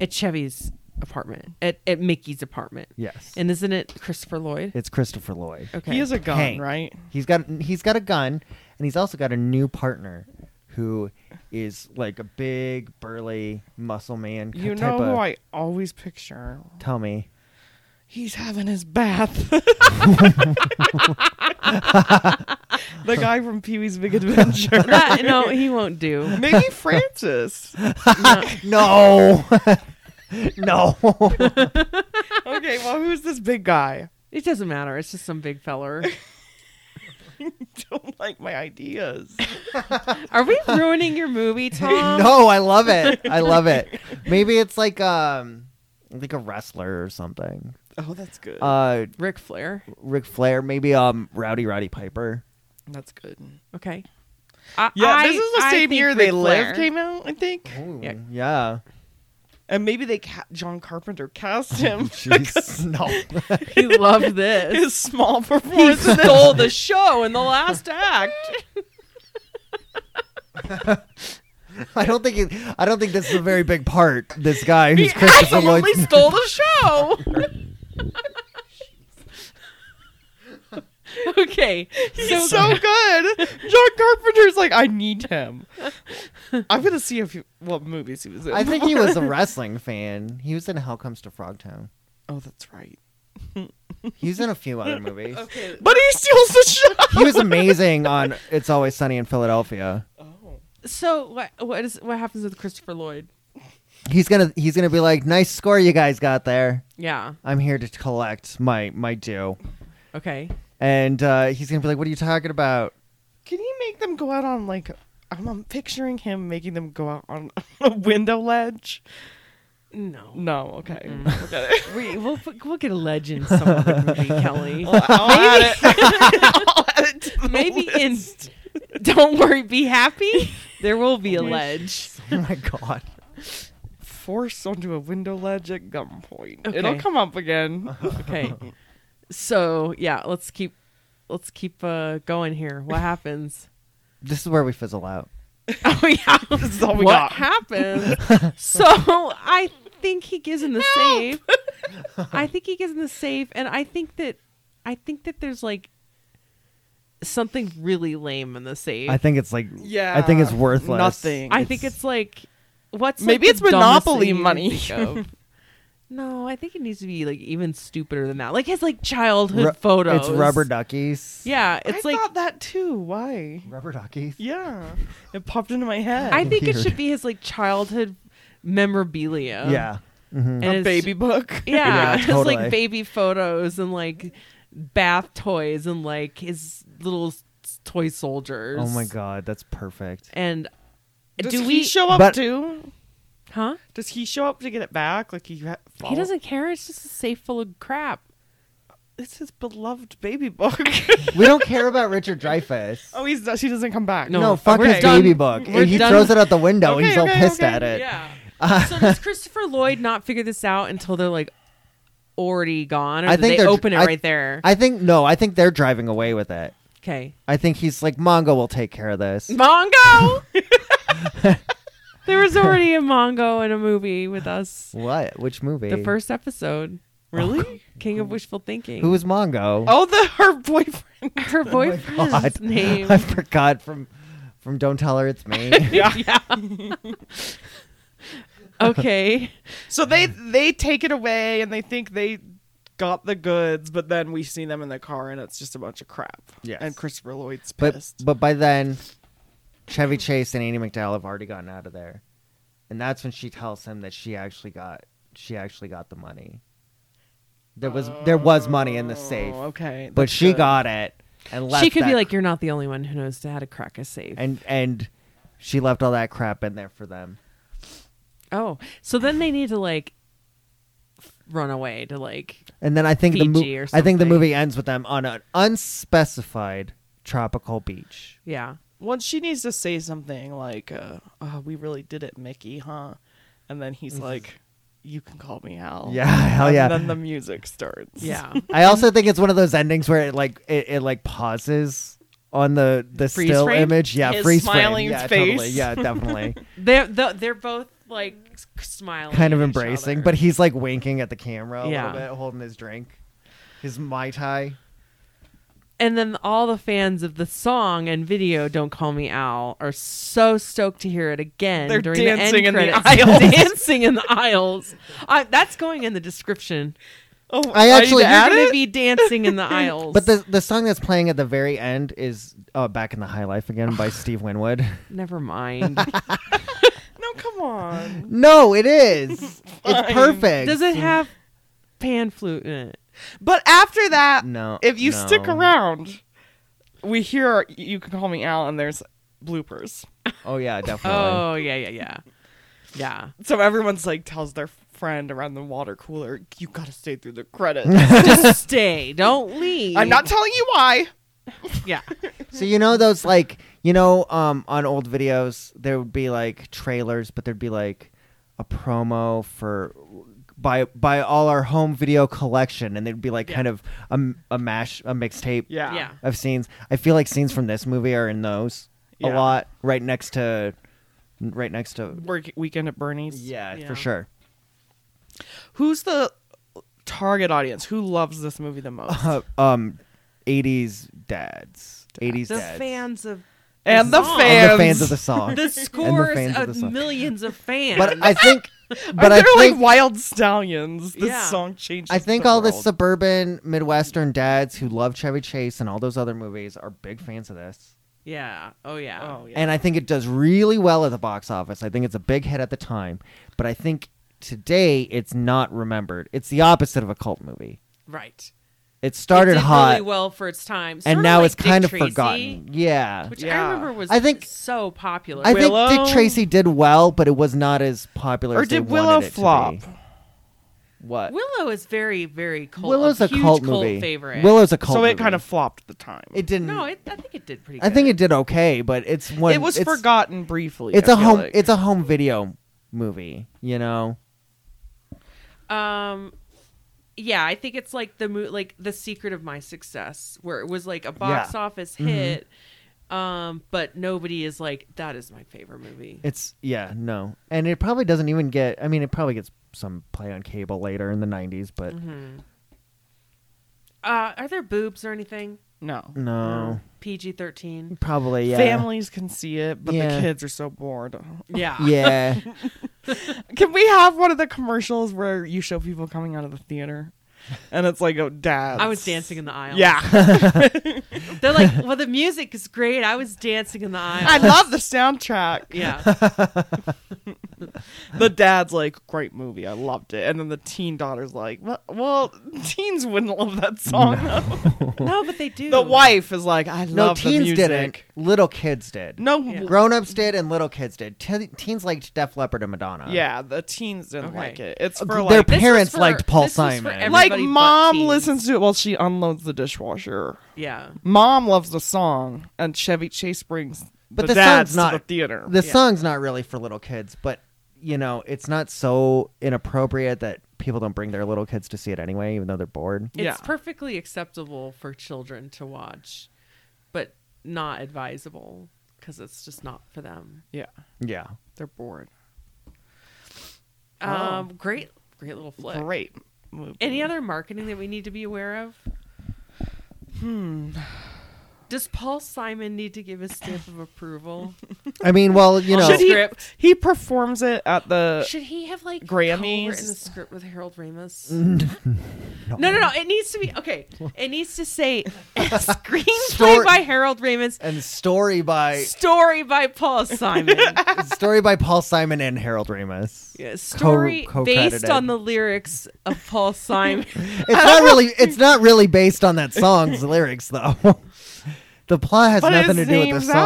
Speaker 1: At Chevy's apartment. At at Mickey's apartment.
Speaker 3: Yes.
Speaker 1: And isn't it Christopher Lloyd?
Speaker 3: it's Christopher Lloyd.
Speaker 1: okay.
Speaker 2: He is a gun,
Speaker 3: Hank.
Speaker 2: right?
Speaker 3: He's got he's got a gun, and he's also got a new partner, who is like a big burly muscle man.
Speaker 2: You
Speaker 3: type
Speaker 2: know who
Speaker 3: of-
Speaker 2: I always picture.
Speaker 3: Tell me.
Speaker 2: He's having his bath. the guy from Pee Wee's Big Adventure.
Speaker 1: that, no, he won't do.
Speaker 2: Maybe Francis.
Speaker 3: No. no.
Speaker 2: Okay, well, who's this big guy?
Speaker 1: It doesn't matter. It's just some big feller.
Speaker 2: Don't like my ideas.
Speaker 1: Are we ruining your movie, Tom?
Speaker 3: no, I love it. I love it. Maybe it's like um like a wrestler or something.
Speaker 2: Oh, that's good.
Speaker 3: Uh
Speaker 1: Ric Flair.
Speaker 3: Ric Flair, maybe um Rowdy Roddy Piper.
Speaker 2: that's good.
Speaker 1: Okay. I,
Speaker 2: Yeah,
Speaker 1: I-
Speaker 2: this is the
Speaker 1: I
Speaker 2: same
Speaker 1: think
Speaker 2: year
Speaker 1: Ric
Speaker 2: They
Speaker 1: Flair.
Speaker 2: Live came out, I think.
Speaker 3: Ooh,
Speaker 1: Yeah.
Speaker 3: yeah.
Speaker 2: And maybe they ca- John Carpenter cast him.
Speaker 3: Jeez. no.
Speaker 1: He loved this.
Speaker 2: His small
Speaker 1: he
Speaker 2: performance.
Speaker 1: stole the show in the last act.
Speaker 3: I don't think it, I don't think this is a very big part. This guy
Speaker 1: He
Speaker 3: who's Christopher Lloyd.
Speaker 1: absolutely stole the show. okay.
Speaker 2: He's so good. John Carpenter's like, I need him. I'm gonna see if he, what movies he was in.
Speaker 3: I think he was a wrestling fan. He was in Hell Comes to Frogtown.
Speaker 2: Oh, that's right.
Speaker 3: He was in a few other movies.
Speaker 2: But he steals the show.
Speaker 3: He was amazing on It's Always Sunny in Philadelphia.
Speaker 1: So what? What is? What happens with Christopher Lloyd?
Speaker 3: He's gonna he's gonna be like, nice score you guys got there.
Speaker 1: Yeah.
Speaker 3: I'm here to collect my my due.
Speaker 1: Okay.
Speaker 3: And uh, he's gonna be like, what are you talking about?
Speaker 2: Can he make them go out on like? I'm, I'm picturing him making them go out on a window ledge.
Speaker 1: No.
Speaker 2: No, okay. Forget it.
Speaker 1: We, we'll put- we'll get a legend some other movie, Kelly.
Speaker 2: I'll add it. I'll add it to the
Speaker 1: Maybe
Speaker 2: list.
Speaker 1: in Don't Worry, Be Happy, there will be a ledge.
Speaker 3: Oh my god.
Speaker 2: forced onto a window ledge at gunpoint. It'll
Speaker 1: Okay.
Speaker 2: come up again.
Speaker 1: Okay. So yeah, let's keep let's keep uh, going here. What happens?
Speaker 3: This is where we fizzle out.
Speaker 1: Oh yeah.
Speaker 2: this is all we
Speaker 1: what
Speaker 2: got.
Speaker 1: happened? so I think he gives him the save. I think he gives him the save, and I think that I think that there's like something really lame in the save.
Speaker 3: I think it's like
Speaker 2: yeah,
Speaker 3: I think it's worthless.
Speaker 2: Nothing.
Speaker 1: I think it's like what's like,
Speaker 2: maybe
Speaker 1: the
Speaker 2: it's
Speaker 1: dumbest thing
Speaker 2: Monopoly
Speaker 1: you can
Speaker 2: money.
Speaker 1: think of? No, I think it needs to be like even stupider than that. Like his like childhood
Speaker 3: Ru-
Speaker 1: photos.
Speaker 3: It's rubber duckies.
Speaker 1: Yeah, it's
Speaker 2: I
Speaker 1: like
Speaker 2: thought that too. Why?
Speaker 3: Rubber duckies.
Speaker 2: Yeah, it popped into my head.
Speaker 1: I think it
Speaker 3: weird.
Speaker 1: should be his like childhood memorabilia.
Speaker 3: Yeah. Mm-hmm.
Speaker 1: and
Speaker 2: a
Speaker 1: it's-
Speaker 2: baby book.
Speaker 1: Yeah,
Speaker 3: Yeah,
Speaker 1: it's
Speaker 3: totally.
Speaker 1: like baby photos and like bath toys and like his little s- toy soldiers.
Speaker 3: Oh my god, that's perfect.
Speaker 1: And
Speaker 2: Does
Speaker 1: do
Speaker 2: he
Speaker 1: we
Speaker 2: show up
Speaker 3: But-
Speaker 2: too?
Speaker 1: Huh?
Speaker 2: Does he show up to get it back? Like he ha-
Speaker 1: He doesn't care. It's just a safe full of crap.
Speaker 2: It's his beloved baby book.
Speaker 3: We don't care about Richard Dreyfuss.
Speaker 2: oh, he's she doesn't come back.
Speaker 1: No.
Speaker 3: No, fuck
Speaker 1: We're
Speaker 3: his
Speaker 1: done.
Speaker 3: baby book.
Speaker 1: We're
Speaker 3: he
Speaker 1: done.
Speaker 3: throws it out the window and
Speaker 2: Okay,
Speaker 3: he's all
Speaker 2: okay,
Speaker 3: pissed
Speaker 2: okay.
Speaker 3: at it.
Speaker 1: Yeah.
Speaker 3: Uh,
Speaker 1: so does Christopher Lloyd not figure this out until they're like already gone, or
Speaker 3: I
Speaker 1: do
Speaker 3: think
Speaker 1: they
Speaker 3: they're-
Speaker 1: open it
Speaker 3: I-
Speaker 1: right there?
Speaker 3: I think no, I think they're driving away with it.
Speaker 1: okay,
Speaker 3: I think he's like Mongo will take care of this.
Speaker 1: Mongo. there was already a Mongo in a movie with us.
Speaker 3: What? Which movie?
Speaker 1: The first episode,
Speaker 2: Really?
Speaker 1: King of Wishful Thinking.
Speaker 3: Who was Mongo?
Speaker 2: Oh, the her boyfriend.
Speaker 1: her boyfriend's
Speaker 3: God.
Speaker 1: name?
Speaker 3: I forgot from from Don't Tell Her It's Me.
Speaker 1: okay.
Speaker 2: So they they take it away and they think they got the goods, but then we see them in the car and it's just a bunch of crap.
Speaker 3: Yes.
Speaker 2: And Christopher Lloyd's
Speaker 3: but
Speaker 2: pissed.
Speaker 3: but by then, Chevy Chase and Andy McDowell have already gotten out of there, and that's when she tells him that she actually got she actually got the money. There was there was money in the safe,
Speaker 2: Oh, okay.
Speaker 3: but
Speaker 2: that's
Speaker 3: she
Speaker 2: good.
Speaker 3: got it and left.
Speaker 1: she could be
Speaker 3: that-
Speaker 1: like, "You're not the only one who knows how to crack a safe."
Speaker 3: and and she left all that crap in there for them.
Speaker 1: oh, so then they need to like f- run away to like
Speaker 3: And then I think the
Speaker 1: Fiji
Speaker 3: movie
Speaker 1: or
Speaker 3: I think the
Speaker 1: something.
Speaker 3: movie ends with them on an unspecified tropical beach.
Speaker 1: yeah.
Speaker 2: Well, she needs to say something like, uh, oh, "We really did it, Mickey, huh?" And then
Speaker 1: Mm-hmm.
Speaker 2: he's like, "You can call me Al."
Speaker 3: Yeah, hell
Speaker 2: Oh. And
Speaker 3: yeah.
Speaker 2: then the music starts.
Speaker 1: Yeah.
Speaker 3: I also think it's one of those endings where it like it, it like pauses on the the
Speaker 1: Freeze
Speaker 3: still
Speaker 1: frame?
Speaker 3: image. Yeah,
Speaker 2: His
Speaker 3: freeze frame.
Speaker 2: smiling
Speaker 3: yeah,
Speaker 2: face.
Speaker 3: Totally. Yeah, definitely.
Speaker 1: they're the, they're both like s- smiling,
Speaker 3: kind of
Speaker 1: at each
Speaker 3: embracing,
Speaker 1: other.
Speaker 3: but he's like winking at the camera a
Speaker 1: Yeah.
Speaker 3: little bit, holding his drink, his mai tai.
Speaker 1: and then all the fans of the song and video "Don't Call Me Al" are so stoked to hear it again.
Speaker 2: They're
Speaker 1: during the end
Speaker 2: dancing in the
Speaker 1: credits.
Speaker 2: aisles.
Speaker 1: dancing in the aisles. I, that's going in the description.
Speaker 2: Oh,
Speaker 3: I actually-
Speaker 2: need to
Speaker 1: You're
Speaker 2: add
Speaker 1: going
Speaker 2: it?
Speaker 1: to be dancing in the aisles.
Speaker 3: But the the song that's playing at the very end is uh, "Back in the High Life" again by Steve Winwood.
Speaker 1: never mind.
Speaker 2: No, come on.
Speaker 3: No, it is. it's perfect.
Speaker 1: Does it have pan flute in it?
Speaker 2: But after that,
Speaker 3: No,
Speaker 2: If you
Speaker 3: no.
Speaker 2: stick around, we hear "You can call me Al" and there's bloopers.
Speaker 3: Oh yeah, definitely.
Speaker 1: Oh yeah, yeah, yeah, yeah.
Speaker 2: So everyone's like tells their friend around the water cooler, "You gotta stay through the credits."
Speaker 1: Just stay. Don't leave.
Speaker 2: I'm not telling you why.
Speaker 1: Yeah.
Speaker 3: So you know those like you know um on old videos there would be like trailers, but there'd be like a promo for by by all our home video collection, and there'd be like kind of a, a mash a mixtape
Speaker 2: Yeah.
Speaker 1: Yeah.
Speaker 3: of scenes. I feel like scenes from this movie are in those a
Speaker 2: Yeah.
Speaker 3: lot, right next to right next to
Speaker 2: Work weekend at Bernie's.
Speaker 3: yeah,
Speaker 1: Yeah.
Speaker 3: for sure.
Speaker 2: Who's the target audience? Who loves this movie the most?
Speaker 3: Uh, um, eighties dads, eighties
Speaker 1: The
Speaker 3: dads,
Speaker 1: fans of
Speaker 2: and the
Speaker 1: song.
Speaker 2: fans.
Speaker 3: and the fans of the song.
Speaker 1: the scores
Speaker 3: fans of
Speaker 1: of,
Speaker 3: the song.
Speaker 1: millions of fans.
Speaker 3: but I think,
Speaker 2: But
Speaker 3: but
Speaker 2: they're
Speaker 3: I think
Speaker 2: like wild stallions. This
Speaker 1: Yeah.
Speaker 2: song changes.
Speaker 3: I think
Speaker 2: the
Speaker 3: all the
Speaker 2: world.
Speaker 3: suburban Midwestern dads who love Chevy Chase and all those other movies are big fans of this.
Speaker 1: yeah. Oh yeah.
Speaker 2: Oh yeah.
Speaker 3: And I think it does really well at the box office. I think it's a big hit at the time, but I think today it's not remembered. It's the opposite of a cult movie.
Speaker 1: Right.
Speaker 3: It started
Speaker 1: it did
Speaker 3: hot
Speaker 1: really well for its time. Sorta
Speaker 3: and now
Speaker 1: like
Speaker 3: it's kind
Speaker 1: Dick
Speaker 3: of
Speaker 1: Tracy,
Speaker 3: forgotten. Yeah.
Speaker 1: Which
Speaker 2: Yeah.
Speaker 1: I remember was
Speaker 3: I think-
Speaker 1: so popular.
Speaker 3: I
Speaker 2: Willow-
Speaker 3: think Dick Tracy did well, but it was not as popular
Speaker 2: or
Speaker 3: as they
Speaker 2: did Willow
Speaker 3: wanted it to
Speaker 2: flop?
Speaker 3: be. What?
Speaker 1: Willow is very, very cult.
Speaker 3: Willow's a,
Speaker 1: huge
Speaker 3: cult movie.
Speaker 1: favorite.
Speaker 3: Willow's a cult
Speaker 2: so it
Speaker 3: movie.
Speaker 2: kind of flopped at the time.
Speaker 3: it didn't
Speaker 1: No, it, I think it did pretty.
Speaker 3: I
Speaker 1: good.
Speaker 3: think it did okay, but it's one
Speaker 2: it was
Speaker 3: it's-
Speaker 2: forgotten briefly.
Speaker 3: it's
Speaker 2: a
Speaker 3: a home it's a home video movie you know
Speaker 1: Um, yeah, I think it's like the mo- like the secret of my success, where it was like a box
Speaker 3: Yeah. Mm-hmm.
Speaker 1: office hit. Um, but nobody is like that is my favorite movie.
Speaker 3: it's yeah no and it probably doesn't even get i mean it probably gets some play on cable later in the 90s but
Speaker 1: Uh, are there boobs or anything?
Speaker 2: no.
Speaker 3: no
Speaker 1: PG thirteen.
Speaker 3: probably yeah
Speaker 2: Families can see it, but
Speaker 3: Yeah.
Speaker 2: the kids are so bored.
Speaker 1: Yeah.
Speaker 3: yeah
Speaker 2: Can we have one of the commercials where you show people coming out of the theater, and it's like, "Oh, dad."
Speaker 1: I was dancing in the aisle.
Speaker 2: Yeah,
Speaker 1: They're like, well, the music is great. I was dancing in the aisle.
Speaker 2: I love the soundtrack.
Speaker 1: yeah.
Speaker 2: the dad's like, "Great movie, I loved it," and then the teen daughter's like, "Well, well teens wouldn't love that song." though."
Speaker 1: no, but they do.
Speaker 2: the wife is like, "I
Speaker 3: No,
Speaker 2: love the
Speaker 3: teens
Speaker 2: music."
Speaker 3: didn't. Little kids did.
Speaker 2: No,
Speaker 1: Yeah.
Speaker 3: Grown-ups did and little kids did. Te- teens liked Def Leppard and Madonna.
Speaker 2: yeah, the teens didn't
Speaker 1: Okay.
Speaker 2: like it. It's for
Speaker 3: Uh, Their
Speaker 2: like
Speaker 1: This was
Speaker 3: parents
Speaker 1: for-
Speaker 3: liked Paul
Speaker 1: this was for
Speaker 3: Simon.
Speaker 1: every-
Speaker 2: like
Speaker 1: Everybody but
Speaker 2: mom
Speaker 1: teens.
Speaker 2: listens to it while she unloads the dishwasher.
Speaker 1: Yeah.
Speaker 2: Mom loves the song, and Chevy Chase brings
Speaker 3: But
Speaker 2: the,
Speaker 3: the
Speaker 2: dads
Speaker 3: song's not-
Speaker 2: to the theater.
Speaker 3: the
Speaker 1: Yeah.
Speaker 3: song's not really for little kids, but you know, it's not so inappropriate that people don't bring their little kids to see it anyway, even though they're bored.
Speaker 1: It's
Speaker 2: Yeah.
Speaker 1: perfectly acceptable for children to watch, but not advisable because it's just not for them.
Speaker 2: yeah,
Speaker 3: Yeah.
Speaker 2: they're bored.
Speaker 1: Um, great, great little flick.
Speaker 2: Oh. Great. movie.
Speaker 1: Any other marketing that we need to be aware of? Hmm.
Speaker 2: Hmm.
Speaker 1: Does Paul Simon need to give a stamp of approval?
Speaker 3: I mean, well, you know,
Speaker 2: Should he,
Speaker 1: Script.
Speaker 2: he performs it at the
Speaker 1: Should he have like
Speaker 2: Uh, Grammys? Mm-hmm.
Speaker 1: co-written the script with Harold Ramis? no. no, no, It needs to be okay. It needs to say screenplay
Speaker 3: Story-
Speaker 1: by Harold Ramis,
Speaker 3: and story by
Speaker 1: story by Paul Simon,
Speaker 3: story by Paul Simon and Harold Ramis.
Speaker 1: Yeah, story based
Speaker 3: co-credited.
Speaker 1: on the lyrics of Paul Simon.
Speaker 3: It's not really it's not really based on that song's lyrics though. The plot has
Speaker 2: But
Speaker 3: nothing to
Speaker 2: his
Speaker 3: do with the
Speaker 2: name's
Speaker 3: song.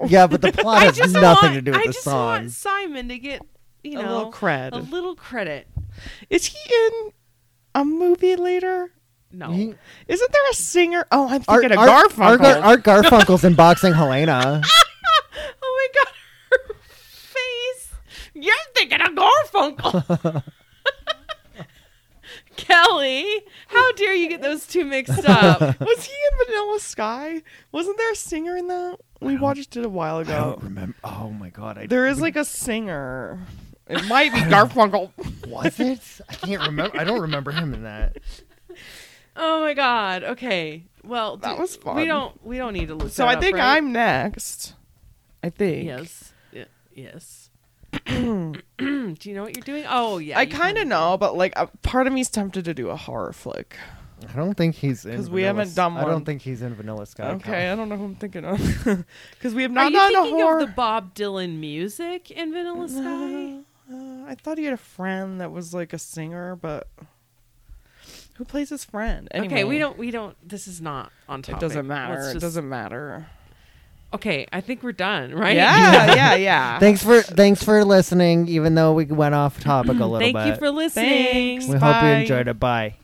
Speaker 2: Al.
Speaker 3: Yeah, but the plot
Speaker 1: I
Speaker 3: has
Speaker 1: just
Speaker 3: nothing
Speaker 1: want,
Speaker 3: to do with
Speaker 1: I
Speaker 3: the
Speaker 1: just
Speaker 3: song.
Speaker 1: want Simon to get you
Speaker 2: A
Speaker 1: know
Speaker 2: little cred.
Speaker 1: a little credit.
Speaker 2: Is he in a movie later?
Speaker 1: No,
Speaker 3: He-
Speaker 2: Isn't there a singer? Oh, I'm thinking of
Speaker 3: Art- Art-
Speaker 2: Garfunkel.
Speaker 3: Art Garfunkel's in Boxing Helena.
Speaker 1: oh my god, her face. You're thinking of Garfunkel. Kelly, how dare you get those two mixed up?
Speaker 2: Was he in Vanilla Sky? Wasn't there a singer in that? We watched it a while ago.
Speaker 3: remember. Oh my god, I
Speaker 2: There is like a singer. It might be Garfunkel.
Speaker 3: was it? I can't remember. I don't remember him in that.
Speaker 1: Oh my god. Okay. Well,
Speaker 2: That
Speaker 1: do-
Speaker 2: was
Speaker 1: We
Speaker 2: fun.
Speaker 1: don't. We don't need to look.
Speaker 2: So
Speaker 1: that
Speaker 2: I
Speaker 1: up,
Speaker 2: think
Speaker 1: right?
Speaker 2: I'm next. I think.
Speaker 1: Yes. Y- Yes. Do you know what you're doing? Oh yeah.
Speaker 2: I
Speaker 1: you
Speaker 2: kind of know, but like a part of me's tempted to do a horror flick.
Speaker 3: I don't think he's in.
Speaker 2: 'Cause we
Speaker 3: Vanilla
Speaker 2: haven't
Speaker 3: S-
Speaker 2: done
Speaker 3: I
Speaker 2: one.
Speaker 3: don't think he's in Vanilla Sky.
Speaker 2: Okay, I don't know who I'm thinking of because we have
Speaker 1: Are
Speaker 2: not
Speaker 1: you
Speaker 2: done a
Speaker 1: thinking
Speaker 2: horror.
Speaker 1: of the Bob Dylan music in Vanilla Sky?
Speaker 2: Uh, I thought he had a friend that was like a singer, but who plays his friend? Anyway,
Speaker 1: Okay, we don't. We don't. This is not on
Speaker 2: It
Speaker 1: topic.
Speaker 2: doesn't matter.
Speaker 1: Let's
Speaker 2: It
Speaker 1: just-
Speaker 2: doesn't matter.
Speaker 1: Okay, I think we're done. Right?
Speaker 2: Yeah, yeah, yeah.
Speaker 3: Thanks for thanks for listening, even though we went off topic a little
Speaker 1: Thank
Speaker 3: bit.
Speaker 1: you for listening.
Speaker 2: Thanks.
Speaker 3: we hope
Speaker 2: Bye.
Speaker 3: you enjoyed it. Bye.